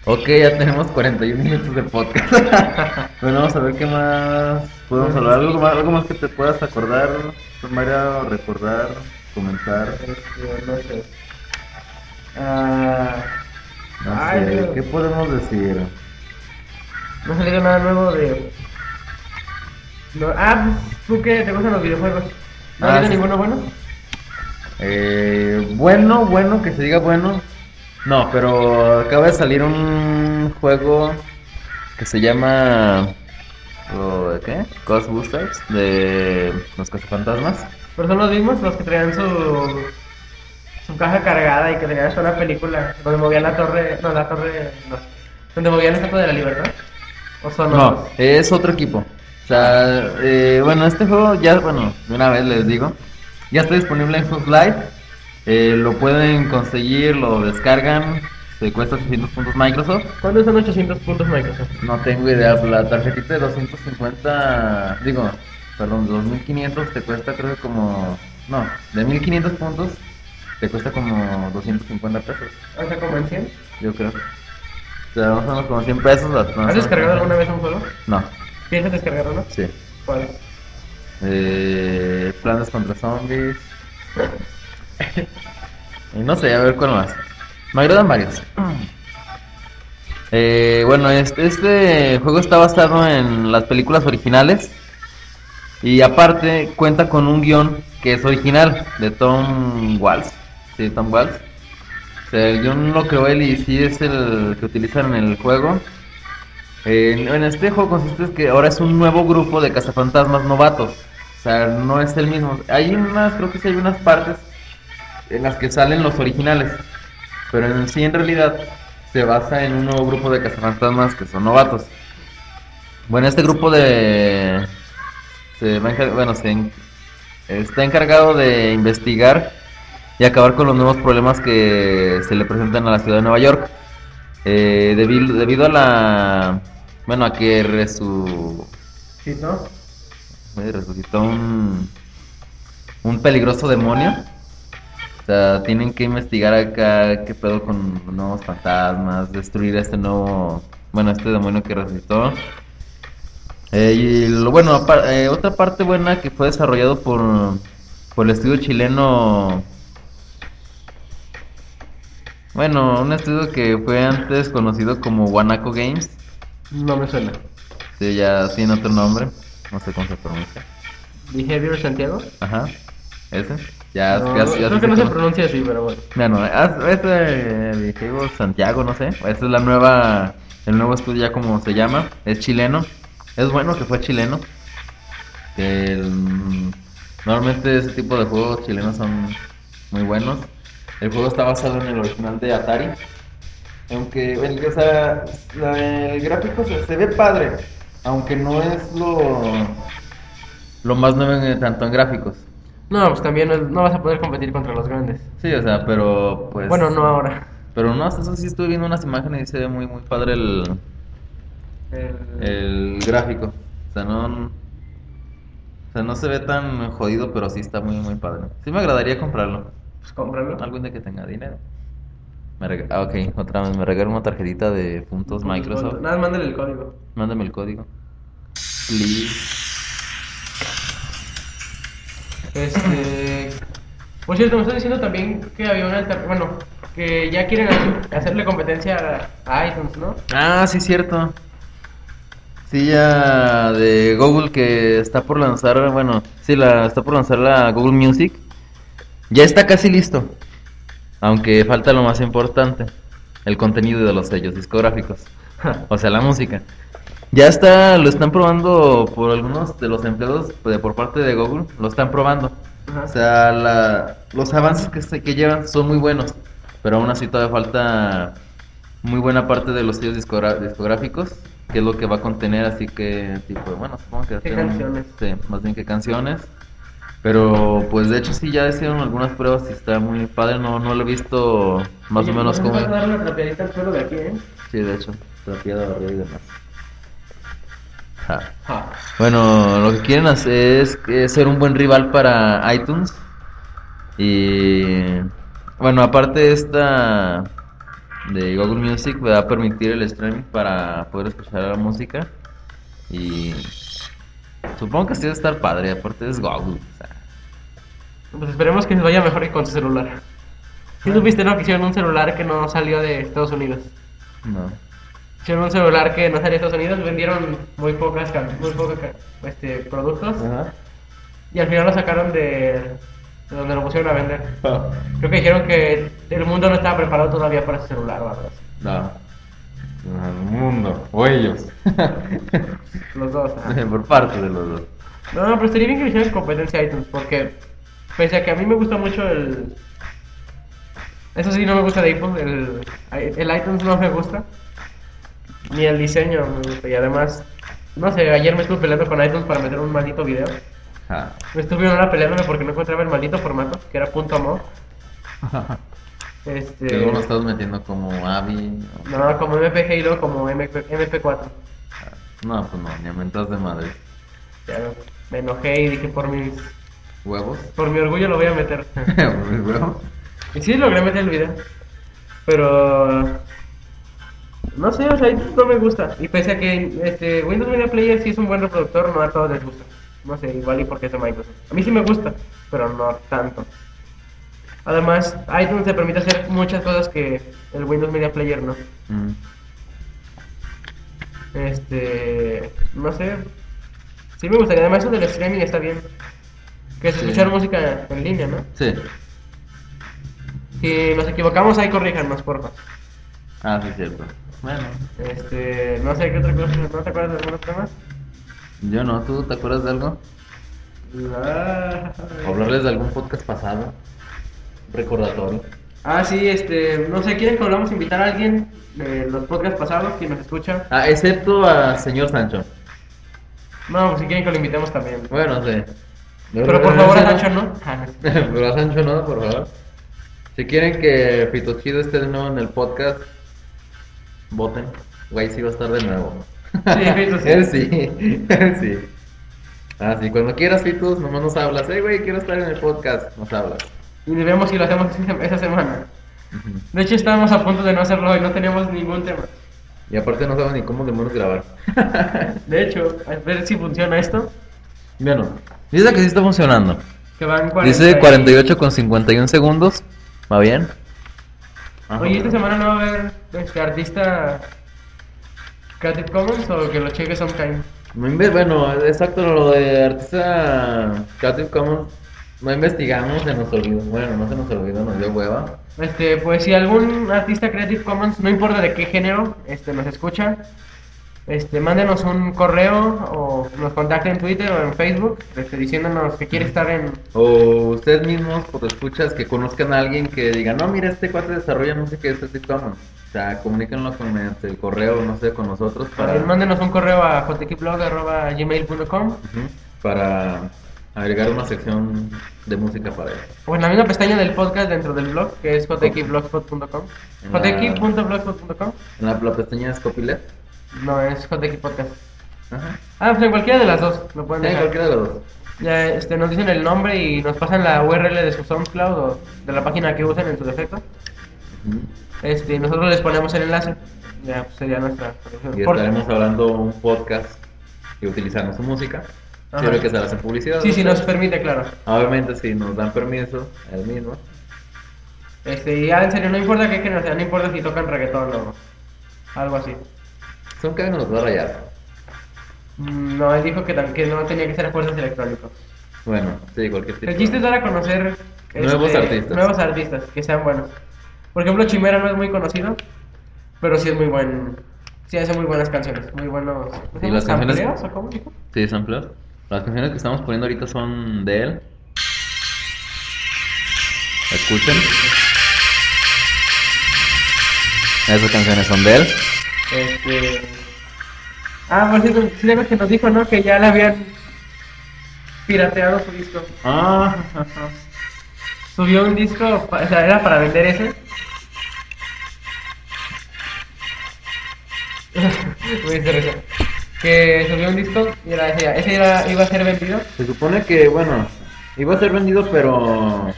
Ok, ya tenemos 41 minutos de podcast. <laughs> bueno, vamos a ver qué más podemos hablar. ¿Algo más, algo más que te puedas acordar, María, recordar, comentar.
Este, no sé. Ah,
No
Ay,
sé,
Dios.
¿qué podemos decir?
no ha salido nada nuevo de. No, ah, tú que te gustan los videojuegos. ¿No
Ah,
ha habido
sí.
ninguno bueno?
Eh, bueno, bueno, que se diga bueno. No, pero acaba de salir un juego que se llama. oh, ¿Qué? Ghostbusters de los cazafantasmas.
Pero son los mismos los que traían su. su caja cargada y que tenían hasta una película donde movían la torre. No, la torre. No. Donde movían la estatua de la libertad. ¿O son
No,
otros?
es otro equipo. O sea, eh, bueno, este juego ya, bueno, de una vez les digo, ya está disponible en Xbox Live. Eh, lo pueden conseguir, lo descargan. Se cuesta 600 puntos Microsoft.
¿Cuándo son 800 puntos Microsoft?
No tengo idea, la tarjetita de 250, digo, perdón, 2500 te cuesta creo que como, no, de 1500 puntos te cuesta como 250 pesos,
O sea, como en 100.
yo creo. O sea, más o menos como 100 pesos. más o menos.
¿Has descargado alguna vez un juego?
No,
¿Piensas descargar uno?
sí.
¿Cuál?
Eh, planes contra zombies. y no sé, a ver cuál más. Me agradan varios. Eh, bueno, este, este juego está basado en las películas originales. Y aparte cuenta con un guión que es original de Tom Walsh. Sí, Tom Walsh. O sea, el guión lo creó él y sí es el que utilizan en el juego. Eh, en- en este juego consiste en que ahora es un nuevo grupo de cazafantasmas novatos. O sea, no es el mismo. Hay unas, creo que sí hay unas partes en las que salen los originales. Pero en sí, en realidad, se basa en un nuevo grupo de cazafantasmas que son novatos. Bueno, este grupo de... Se va a encar- bueno, se en- está encargado de investigar y acabar con los nuevos problemas que se le presentan a la ciudad de Nueva York. Eh, debil- debido a la... Bueno, a que resu...
Sí, ¿no?
Güey, resucitó un, un peligroso demonio. O sea, tienen que investigar acá qué pedo con los nuevos fantasmas, destruir a este nuevo, bueno, este demonio que resucitó. Eh, y lo bueno, apar- eh, otra parte buena que fue desarrollado por, por el estudio chileno. Bueno, un estudio que fue antes conocido como Guanaco Games.
No me suena.
Sí, ya tiene otro nombre. No sé cómo se pronuncia.
Behavior Santiago.
Ajá. Ese. Ya,
No,
ya- ya
creo
sé
que no
cómo-
se pronuncia así, pero bueno.
Bueno, haz- ese eh, Diego Santiago, no sé. Esa es la nueva, el nuevo estudio ya como se llama. Es chileno. Es bueno que fue chileno. El- normalmente ese tipo de juegos chilenos son muy buenos. El juego está basado en el original de Atari. Aunque el, o sea, la- el gráfico se, se ve padre, aunque no es lo lo más nuevo en- tanto en gráficos.
No, pues también no, no vas a poder competir contra los grandes.
Sí, o sea, pero pues
Bueno, no ahora.
pero no, hasta eso sí estuve viendo unas imágenes y se ve muy, muy padre el,
El-
el gráfico. O sea, no. O sea, no se ve tan jodido, pero sí está muy, muy padre. Sí me agradaría comprarlo.
Pues cómpralo.
Algún día que tenga dinero. Me rega- ah, ok, otra vez. Me regaló una tarjetita de puntos Microsoft.
Nada, mándale el código.
Mándame el código. Please.
Este. Por cierto, me estás diciendo también que había una alter- Bueno, que ya quieren hacer- hacerle competencia a iTunes, ¿no?
Ah, sí, cierto. Silla de Google que está por lanzar, bueno, sí, la, está por lanzar la Google Music. Ya está casi listo. Aunque falta lo más importante, el contenido de los sellos discográficos. O sea, la música. Ya está, lo están probando por algunos de los empleados de- por parte de Google, lo están probando.
Ajá.
O sea, la- los avances que, se- que llevan son muy buenos, pero aún así todavía falta muy buena parte de los sellos discogra- discográficos, que es lo que va a contener, así que, tipo, bueno, supongo que...
¿Qué
hacen-
canciones?
sí, más bien que canciones. Pero, pues, de hecho, sí, ya hicieron algunas pruebas y está muy padre, no, no lo he visto más
Oye,
o menos
¿no
como...
vas a darle una trapeadita al suelo de aquí, ¿eh?
Sí, de hecho, trapeado arriba y demás. Ja.
Ja.
Bueno, lo que quieren hacer es, es ser un buen rival para iTunes. Y bueno, aparte de esta de Google Music, va a permitir el streaming para poder escuchar la música. Y supongo que sí va a estar padre, aparte es Google. o sea,
Pues esperemos que les vaya mejor que con su celular. ¿Sí supiste, no? Que hicieron un celular que no salió de Estados Unidos.
no.
Hicieron un celular que no salió de Estados Unidos, vendieron muy pocas ca- muy pocos ca- este, productos y al final lo sacaron de, de donde lo pusieron a vender. Creo que dijeron que el mundo no estaba preparado todavía para ese celular o algo así.
No.
El mundo, o ellos.
Los dos. ah.
<laughs> Por parte de los dos.
No, no, pero estaría bien que le hicieran competencia a iTunes porque pese a que a mí me gusta mucho el... Eso sí, no me gusta de iPhone, el, el iTunes no me gusta. Ni el diseño me gusta. Y además, no sé, ayer me estuve peleando con iTunes para meter un maldito video.
<laughs> Ja.
Me estuve una hora peleándome porque no encontraba el maldito formato, que era punto .mo. Este...
Luego nos estamos metiendo como Abby. o-
No, como MPG y luego como MP, MP4.
No, pues no, ni a mentas de madre.
Ya, me enojé y dije por mis,
¿Huevos? <laughs>
por mi orgullo lo voy a meter. <laughs>
¿Huevos?
y sí logré meter el video. Pero no sé, o sea, iTunes no me gusta. Y pese a que este Windows Media Player sí es un buen reproductor, no a todos les gusta. No sé, igual y porque es de Microsoft. A mí sí me gusta, pero no tanto. Además, iTunes te permite hacer muchas cosas que el Windows Media Player no.
Mm.
Este. No sé. Sí, me gustaría. Además, eso del streaming está bien. Que es
Sí.
escuchar música en línea, ¿no?
Sí.
Si nos equivocamos, ahí corríjanos, porfa.
Ah, sí, cierto. Bueno.
Este. No sé qué otra cosa. ¿No te acuerdas de algunos temas?
Yo no, ¿tú te acuerdas de algo? O hablarles de algún podcast pasado. Recordatorio.
Ah, sí, este. No sé, ¿quieren que volvamos a invitar a alguien de los podcasts pasados? Quien nos escucha.
Ah, excepto a señor Sancho.
No, pues si quieren que lo invitemos también.
Bueno, sí.
Pero por favor, a Nacho no. Ah, no.
<laughs> Pero a Sancho Pues no, por favor. Si quieren que Fito Chido esté de nuevo en el podcast, voten. Güey, sí va a estar de nuevo.
Sí,
<laughs>
Fito sí.
Él sí. Él sí. Ah, sí, cuando quieras, Fitos, nomás nos hablas. Eh, güey, quiero estar en el podcast. Nos hablas.
Y vemos si lo hacemos esa semana.
Ujú.
De hecho, estábamos a punto de no hacerlo y no teníamos ningún tema.
Y aparte no sabemos ni cómo demonios grabar.
De hecho, a ver si funciona esto.
<laughs> Bueno, dice que sí está funcionando.
Que van 40
Dice
y-
48 con 51 segundos. ¿Va bien? Ah,
Oye, esta semana no va a haber este artista Creative Commons o que lo cheque sometime.
No inve- Bueno, exacto, lo de artista Creative Commons no investigamos, se nos olvidó. Bueno, no se nos olvidó, nos dio hueva.
Este, pues si algún artista Creative Commons, no importa de qué género, este nos escucha, este mándenos un correo o nos contacte en Twitter o en Facebook, este, diciéndonos que quiere estar en
O ustedes mismos, por escuchas, que conozcan a alguien que diga, no, mira, este cuate desarrolla música de Creative Commons. este O sea, comuníquenlo con mediante el correo, no sé, con nosotros para...
también mándenos un correo a jtqblog@gmail.com
Ujú, para agregar una sección de música para él.
o en la misma pestaña del podcast dentro del blog, que es jtqblogspot.com.
En la-
jtq.blogspot.com.
En la, la pestaña es copyleft.
No, es Hot Podcast.
Ajá.
Ah, pues en cualquiera de las dos lo pueden
Sí,
dejar.
cualquiera de los dos.
Ya, este, nos dicen el nombre y nos pasan la URL de su SoundCloud o de la página que usen en su defecto. Este, y nosotros les ponemos el enlace. Ya, pues sería nuestra.
Y
Por-
estaremos hablando un podcast y utilizando su música.
Ajá.
Siempre que se las en publicidad.
Sí,
¿no?
sí, nos permite, claro.
Obviamente, si nos dan permiso, el mismo.
Este, y ya en serio, no importa qué género sea, no importa si tocan reggaetón o algo así.
Son que nos va a rayar.
Mm, No, él dijo que, tam- que no tenía que ser a fuerzas electrónicos.
Bueno, sí, cualquier tipo.
El chiste es dar a conocer este,
Nuevos artistas.
nuevos artistas que sean buenos. Por ejemplo, Chimera no es muy conocido, pero sí es muy buen. Sí hace muy buenas canciones, muy buenos. ¿cómo se
Y
llama?
las canciones-
¿Sampleos o cómo dijo?
Sí, sampler. Las canciones que estamos poniendo ahorita son de él. Escuchen. Esas canciones son de él.
Este. Ah, por cierto, sí algo que nos dijo, ¿no? Que ya le habían pirateado su disco.
Ah,
Subió un disco, pa- o sea, era para vender ese. <laughs> Me hice risa. Que subió un disco y era ese, ya. ese era, iba a ser vendido.
se supone que, bueno, iba a ser vendido, pero. O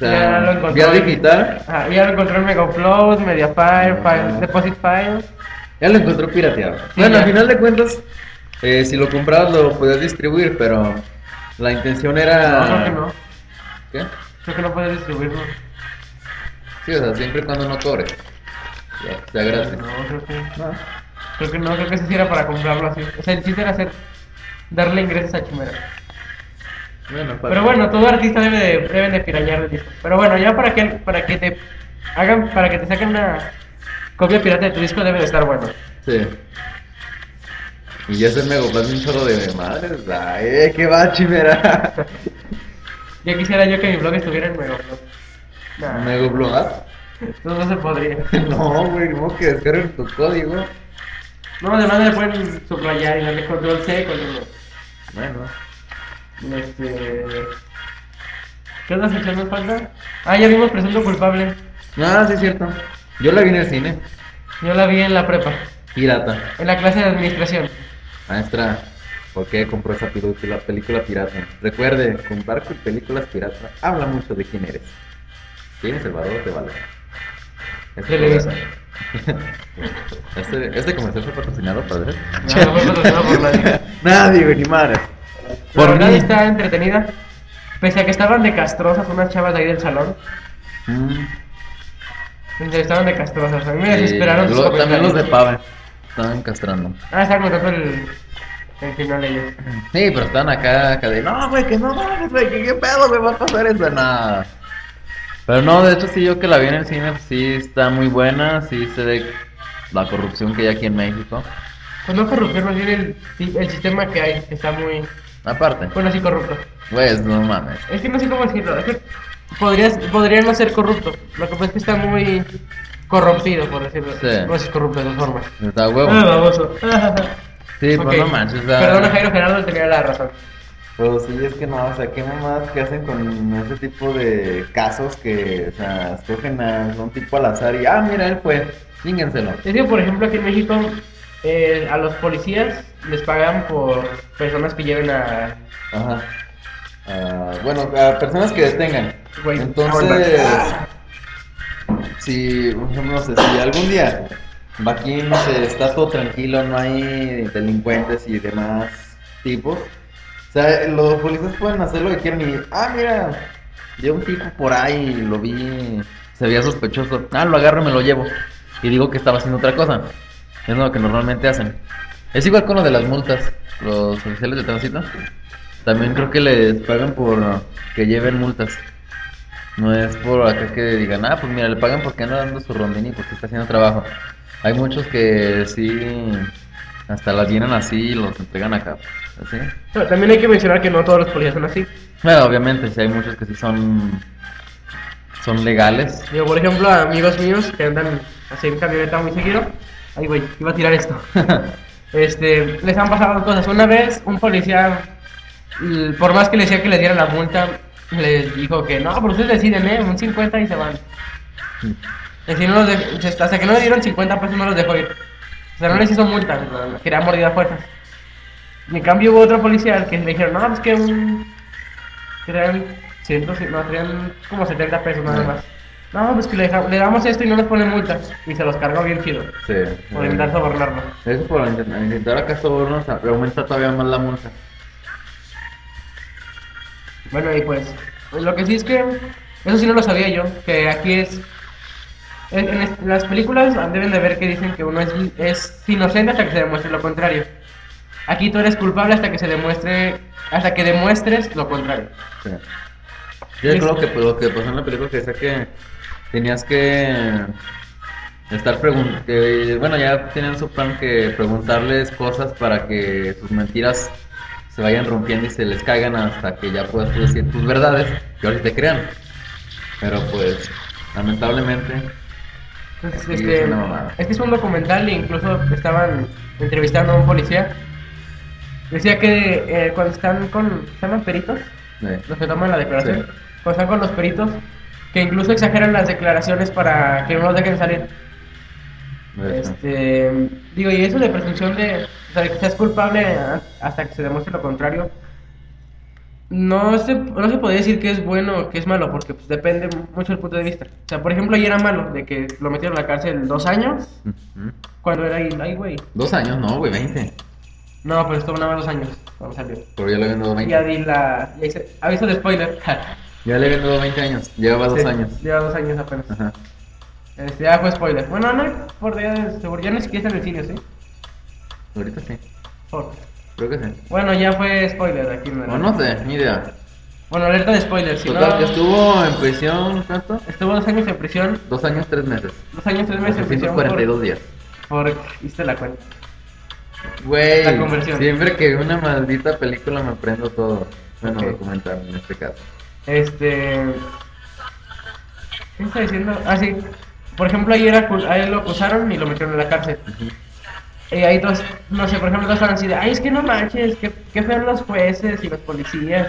ya lo
sea,
encontró.
vía
en-
digital.
Ajá, ya lo encontró en Megaupload, Mediafire,
Ah.
File- Deposit Files.
Ya lo encontró pirateado.
Sí,
bueno,
ya.
al final de cuentas, eh, si lo comprabas lo podías distribuir, pero la intención
No, creo
era.
que no.
¿Qué?
Creo que no puedes distribuirlo.
Sí, o sea, siempre y cuando no cobres. Ya, sea gratis.
No, creo que.
No.
Creo que no, creo que ese sí era para comprarlo así. O sea, el chiste era hacer. darle ingresos a Chimera.
Bueno, para-
Pero bueno, todo artista debe de, deben de pirañar de disco. Pero bueno, ya para que, para que te hagan, para que te saquen una copia pirata de tu disco debe de estar bueno.
Sí. Y ya se me agobas un chorro de madres. Ay, eh, qué va,
<laughs>
chimera.
Ya quisiera yo que mi blog estuviera en Megaupload. Nah,
¿Me gobloas?
no, no se podría.
<laughs> No, güey, no que descarguen tu código.
No, además le pueden subrayar y darle control C, control
Bueno.
V. Este... ¿Qué otra sección nos falta? Ah, ya vimos Presunto Culpable.
Ah, sí, es cierto. Yo la vi en el cine.
Yo la vi en la prepa,
Pirata.
en la clase de administración.
Maestra, ¿por qué compró esa película, película pirata? Recuerde, comprar con películas pirata habla mucho de quién eres. ¿Tienes el valor de valor?
Televisa.
<laughs> Este, este comercial fue patrocinado, padre.
No, no fue patrocinado por nadie.
<laughs> Nadie, güey, ni madre.
Por
Por
verdad
mí.
está entretenida. Pese a que estaban de castrosas unas chavas de ahí del salón.
Mm.
Pese a que estaban de castrosas. A mí me
Sí,
desesperaron sus
lo- también los de
comentarios.
Pave. Estaban castrando.
Ah, estaban contando el, el final ellos.
Sí, pero estaban acá, acá de, no, güey, que no mames, güey, que qué pedo me va a pasar eso, nada. Pero no, de hecho, sí, yo que la vi en el cine, pues, sí está muy buena, sí se ve la corrupción que hay aquí en México.
Pues no corrupción, más bien el, el sistema que hay, que está muy.
Aparte,
Bueno, sí, corrupto.
pues, no mames.
Es que no sé cómo decirlo. Es que podrías, podría no ser corrupto. Lo que pasa es que está muy corrompido, por decirlo.
Sí.
No es corrupto de todas formas.
Está
Ah,
huevo.
baboso.
Sí, pues
Ok.
no manches, o sea,
Perdona, Jairo Gerardo, tenía la razón.
Pero sí, es que no, o sea, qué mamadas que hacen con ese tipo de casos que, o sea, escogen a un tipo al azar y, ah, mira, él fue,
chíngenselo.
Es que, por ejemplo, aquí en México, eh, a los policías les pagan por personas que lleven a.
Ajá. Ah, bueno, a personas que detengan.
Güey,
Entonces, si, por ejemplo, no sé, si algún día aquí está todo tranquilo, no hay delincuentes y demás tipos, o sea, los policías pueden hacer lo que quieran y, ah, mira,
Yo un tipo por ahí, lo vi, se veía sospechoso. Ah, lo agarro y me lo llevo. Y digo que estaba haciendo otra cosa. Es lo que normalmente hacen. Es igual con lo de las multas. Los oficiales de tránsito. También creo que les pagan por que lleven multas. No es por acá que digan, ah, pues mira, le pagan porque anda dando su rondín y porque está haciendo trabajo. Hay muchos que sí, hasta las vienen así y los entregan acá. Así.
Pero también hay que mencionar que no todos los policías son así.
Bueno, obviamente, sí hay muchos que sí son, son legales. <laughs>
Digo, por ejemplo, a amigos míos que andan así en camioneta muy seguido. Ay, güey, iba a tirar esto. Este, les han pasado cosas. Una vez, un policía, l- por más que le decía que le dieran la multa, les dijo que no, pero ustedes deciden, ¿eh? Un 50 y se van. Es decir, no los dej- hasta que no le dieron 50 pesos no los dejó ir. O sea, no les hizo multa, quería mordida a fuerzas. Y en cambio hubo otro policía al que le dijeron, no, pues que un... Traían, 100, no, traían como 70 pesos nada más. No, pues que le, deja- le damos esto y no nos ponen multa. Y se los cargó bien chido.
Sí. eh,
Por intentar sobornarlo.
Eso por intentar, intentar acá sobornos aumenta todavía más la multa.
Bueno, y pues, pues, lo que sí es que, eso sí no lo sabía yo, que aquí es, en, en es- las películas deben de ver que dicen que uno es, es inocente hasta que se demuestre lo contrario. Aquí tú eres culpable hasta que se demuestre, hasta que demuestres lo contrario.
Sí. Yo
Sí,
creo
sí.
que pues, lo que pasó en la película que decía que tenías que estar preguntando. Bueno, ya tenían su plan que preguntarles cosas para que sus mentiras se vayan rompiendo y se les caigan hasta que ya puedas tú decir tus verdades y ahora sí te crean. Pero pues, lamentablemente,
Entonces,
Sí,
este,
es una mamada.
este es un documental e incluso estaban entrevistando a un policía. Decía que eh, cuando están con, ¿se llaman peritos?
eh,
los que toman la declaración,
Sí.
cuando están con los peritos, que incluso exageran las declaraciones para que no los dejen salir. Este, digo, y eso de presunción de, o sea, de que seas culpable a- hasta que se demuestre lo contrario, no se, no se podría decir que es bueno o que es malo, porque pues, depende mucho del punto de vista. O sea, por ejemplo, ayer era malo de que lo metieron a la cárcel dos años,
Ujú.
cuando era ahí, ay, güey.
Dos años, no, güey, 20.
No, pero estuvo nada más dos años cuando salió.
Pero ya le habían dado
Y
20.
ya di la. Ya hice, aviso de spoiler.
Ya le habían dado 20 años. Llevaba dos
<laughs> Sí,
años.
Lleva dos años apenas.
Ajá.
Este, ya fue spoiler. Bueno, no hay por de seguro, ya ni siquiera está en el cine, ¿sí?
Ahorita sí.
Por-
Creo que sí.
Bueno, ya fue spoiler aquí en el-
O no sé, ni idea.
Bueno, alerta de spoiler, si
Total,
no...
que estuvo en prisión, ¿cuánto?
estuvo dos años en prisión,
Dos años, tres meses.
dos años, tres meses en prisión
342 días.
por... por... Hiciste la cuenta.
Güey,
La conversión.
siempre que veo una maldita película me prendo todo. Bueno,
Ok.
documental en este caso.
Este... ¿Qué está diciendo? Ah, sí. Por ejemplo, ayer acu- a él lo acusaron y lo metieron en la cárcel. Y ahí todos, no sé, por ejemplo, todos están así de, ay, es que no manches, que, que feos los jueces y los policías,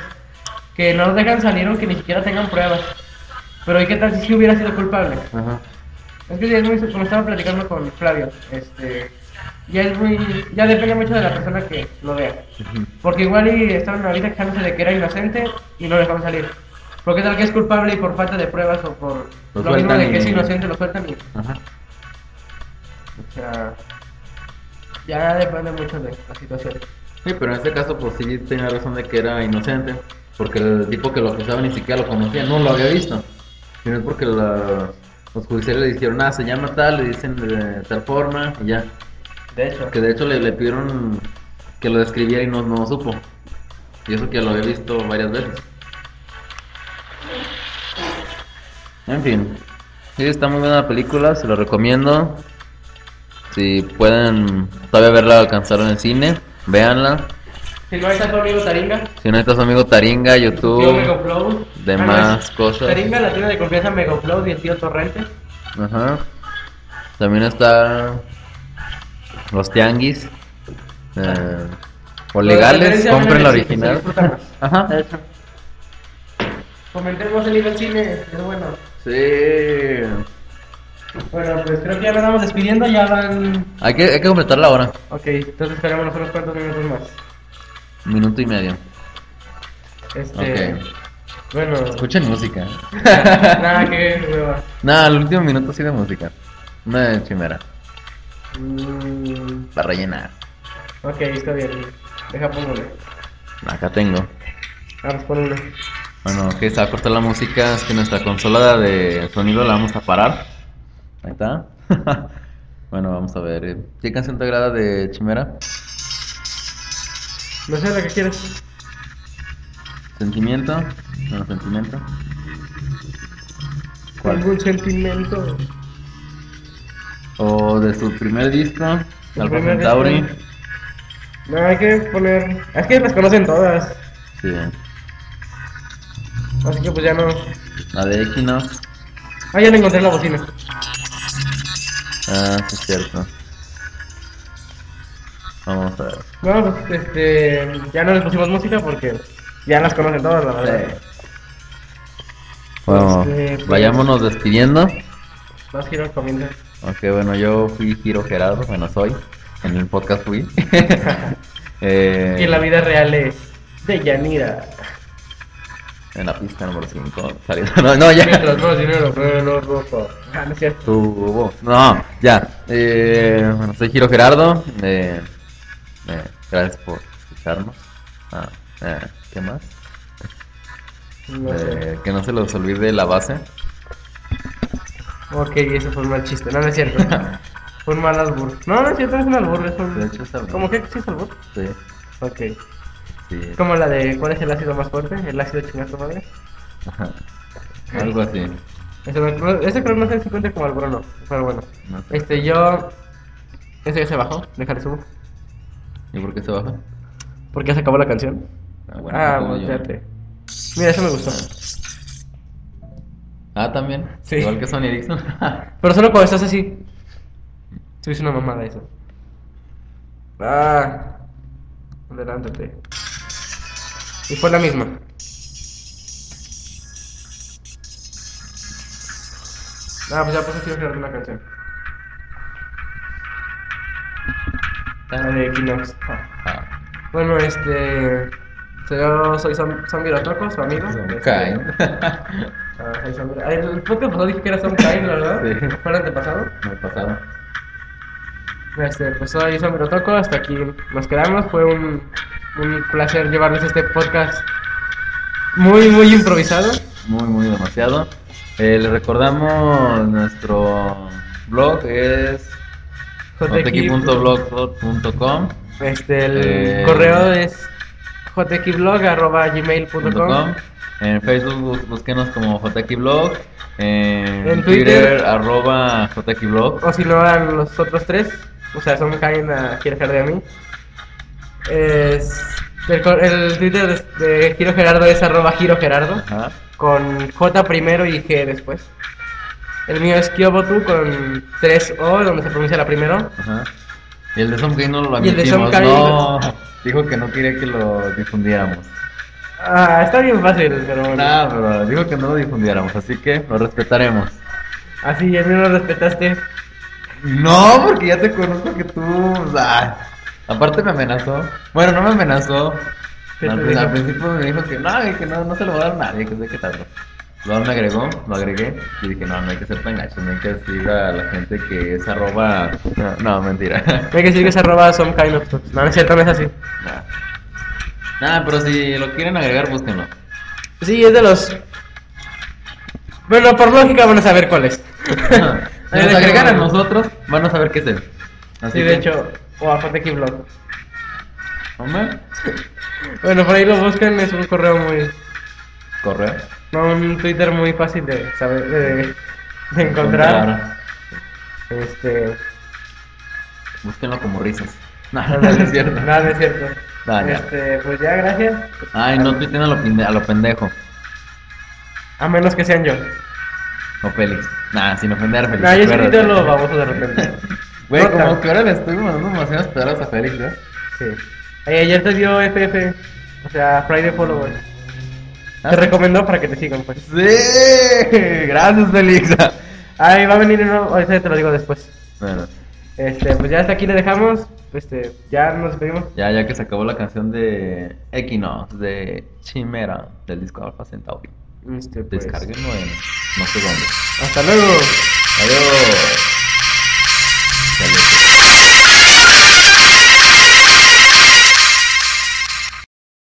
que no los dejan salir aunque ni siquiera tengan pruebas. Pero, ¿y qué tal si sí hubiera sido culpable?
Ajá.
Es que ya es muy, como estaba platicando con Flavio, este, ya es muy, ya depende mucho de la persona que lo vea. Porque igual y estaban ahorita quejándose de que era inocente y no lo dejaron salir. Porque tal que es culpable y por falta de pruebas o por
Lo
lo mismo
sueltan
de que es
y-
inocente lo sueltan y,
Ajá.
o sea, ya depende mucho de la situación.
Sí, pero en este caso, pues sí tenía razón de que era inocente. Porque el tipo que lo acusaba ni siquiera lo conocía, no lo había visto. Sino es porque la- los judiciales le dijeron, ah, se llama tal, le dicen de tal forma, y ya.
De hecho,
Que de hecho le, le pidieron que lo describiera y no, no supo. Y eso que lo había visto varias veces. En fin. Sí, está muy buena la película, se la recomiendo. Si pueden todavía verla alcanzar en el cine, véanla.
si no está tu amigo Taringa,
Si no está su amigo Taringa,
tío
YouTube,
Megaflow,
demás cosas.
Ah, Taringa, la tiene de confianza Megaflow y el tío Torrente.
Ajá. También está los tianguis. eh, o legales,
Referencia a
compren la
Menes, que se
original.
disfruta más.
Ajá.
<laughs> De hecho. Comentemos el libro cine, es bueno.
Sí.
Bueno, pues creo que ya nos vamos despidiendo, ya van...
Hay que, hay que completar la hora.
Ok, entonces esperemos unos cuantos minutos más.
Minuto y medio.
Este...
Ok.
Bueno...
Escuchen música.
Nada, que hueva.
Nada, el último minuto sí de música. Una chimera.
Mm,
Para rellenar.
ok, está bien. Deja pongo una.
Acá tengo.
Vamos, pon una.
Bueno, que se va a cortar la música. Es que nuestra consola de sonido la vamos a parar. Ahí está. <laughs> bueno, vamos a ver. eh, ¿Qué canción te agrada de Chimera?
No sé la que quieres.
¿Sentimiento? Bueno, sentimiento. ¿Cuál?
Algún sentimiento.
O de su primer disco, Alfa
primer
Centauri.
disco. No, hay que poner... Es que las conocen todas.
Sí.
Así que pues ya no...
La de Equinox.
Ah, ya le encontré la bocina.
Ah, sí, es cierto. Vamos a ver.
No, pues, este, ya no les pusimos música porque ya las conocen todas, la verdad.
Bueno,
Este, pues-
vayámonos despidiendo.
Más giro comienza.
Ok, bueno, yo fui Giro Gerardo, bueno, soy. En el podcast fui. <laughs> Eh,
Que la vida real es de Yanira.
En la pista número 5. <laughs> No, no, <laughs> ya.
Mientras más dinero, menos ropa. Ah, no es cierto.
Tu voz. No, ya. Eh, bueno, soy Giro Gerardo. Eh, eh, gracias por escucharnos. Ah, eh, ¿Qué más?
No sé.
Eh, que no se los olvide la base. <laughs>
Ok, eso fue un mal chiste. No, no
<laughs>
es cierto. fue un mal albur. No, no es cierto, no es un albur. Es
De
un...
hecho, es albur.
¿Cómo que sí es albur?
Sí,
Ok.
sí.
Como la de ¿cuál es el ácido más fuerte? El ácido chingazo madre.
Ajá. Algo así.
Ese, no, creo- ese creo no sé si cuenta como albur o no. Pero bueno.
No sé.
Este, yo. Ese ya se bajó. Déjale subo.
¿Y por qué se baja?
Porque ya se acabó la canción.
Ah,
ah,
como yo.
volteate. Mira, eso me gustó.
Ah, también.
Sí.
Igual que Sony <laughs> Ericsson. Ah,
Pero solo cuando estás así. Subiste una mamada eso. Ah. Adelántate. Y fue la misma. Ah, pues ya puse quiero crear una canción. La de Equinox. Ah.
Ah,
Bueno, este. Yo soy Sam- Samir Atoco, su
pues,
amigo. Este,
<laughs> Caen.
Ah, soy Samir. Ah, El podcast pasado dije que era Sam Cain, la verdad.
Sí.
Fue el antepasado.
Me pasaron.
Este, pues soy Samiro Toco, hasta aquí nos quedamos. Fue un, un placer llevarles este podcast muy, muy improvisado.
muy, muy demasiado. Eh, les recordamos nuestro blog es jtk.blogspot.com
Este, el
Eh,
correo es jtqblog.gmail.com.
En Facebook bus- búsquenos como jtk.blog En,
En Twitter.
Twitter, arroba jtk.blog
O si no, a los otros tres. O sea, son Jaime, a Quiero Gerardo y a mí. Es- el, cor- el Twitter de, de Giro Gerardo es arroba Giro Gerardo.
Ajá.
con J primero y G después. El mío es Kyobotu con 3O, donde se pronuncia la primero.
Ajá. Y el de Somkai no lo
Y el de
admitimos,
Somkai-
no. Dijo que no quería que lo difundiéramos.
Ah, está bien fácil, pero bueno.
Nada, Ah, pero dijo que no lo difundiéramos, así que lo respetaremos.
Así, el mío lo respetaste.
No, porque ya te conozco que tú. o sea, aparte me amenazó. Bueno, no me amenazó.
¿Qué
Al,
te
pri-
dijo?
al principio me dijo que no, güey, que no, no se lo va a dar a nadie, que sé qué tanto. Luego me agregó, lo agregué y dije, no, no hay que ser tan gacho, no hay que decir a la gente que es arroba. <laughs> No, no, mentira.
Hay que decir que es arroba some kind of talks. No, no es cierto, no es así.
Nada, Nah, pero si lo quieren agregar, búsquenlo.
<laughs> Sí, es de los. Bueno, por lógica van a saber cuál es.
si nos agregan a nosotros, van a saber qué es él. Así
Sí, de
que-
hecho, o a Fateki Blog.
Hombre,
Bueno, por ahí lo buscan, es un correo muy.
correo.
No, un Twitter muy fácil de saber, de, de encontrar. Este.
Búsquenlo como risas. <laughs> No, no
<laughs>
es cierto.
Nada, no es cierto.
No, ya.
Este, pues ya, gracias.
Ay, no tuiteen a lo, pende- a lo pendejo.
A menos que sean yo.
O Félix. Nah, sin ofender a Félix.
No, yo sí
acuérdate.
tuiteo lo baboso de repente.
Güey,
Rota.
como que ahora le estoy mandando demasiadas palabras a Félix, ¿eh?
Sí. Eh, ayer te dio FF, o sea, Friday Followers.
Ah,
Te recomendó para que te sigan, pues.
¡Sí! <laughs> Gracias, Félix. <laughs>
Ahí va a venir uno, o ese te lo digo después.
Bueno,
Este, pues ya hasta aquí le dejamos. Este, ya nos despedimos.
ya, ya que se acabó la canción de Equinox, de Chimera, del disco Alpha Centauri.
Este, pues.
Descárguenlo en no sé dónde.
Hasta luego.
Adiós. Saludos.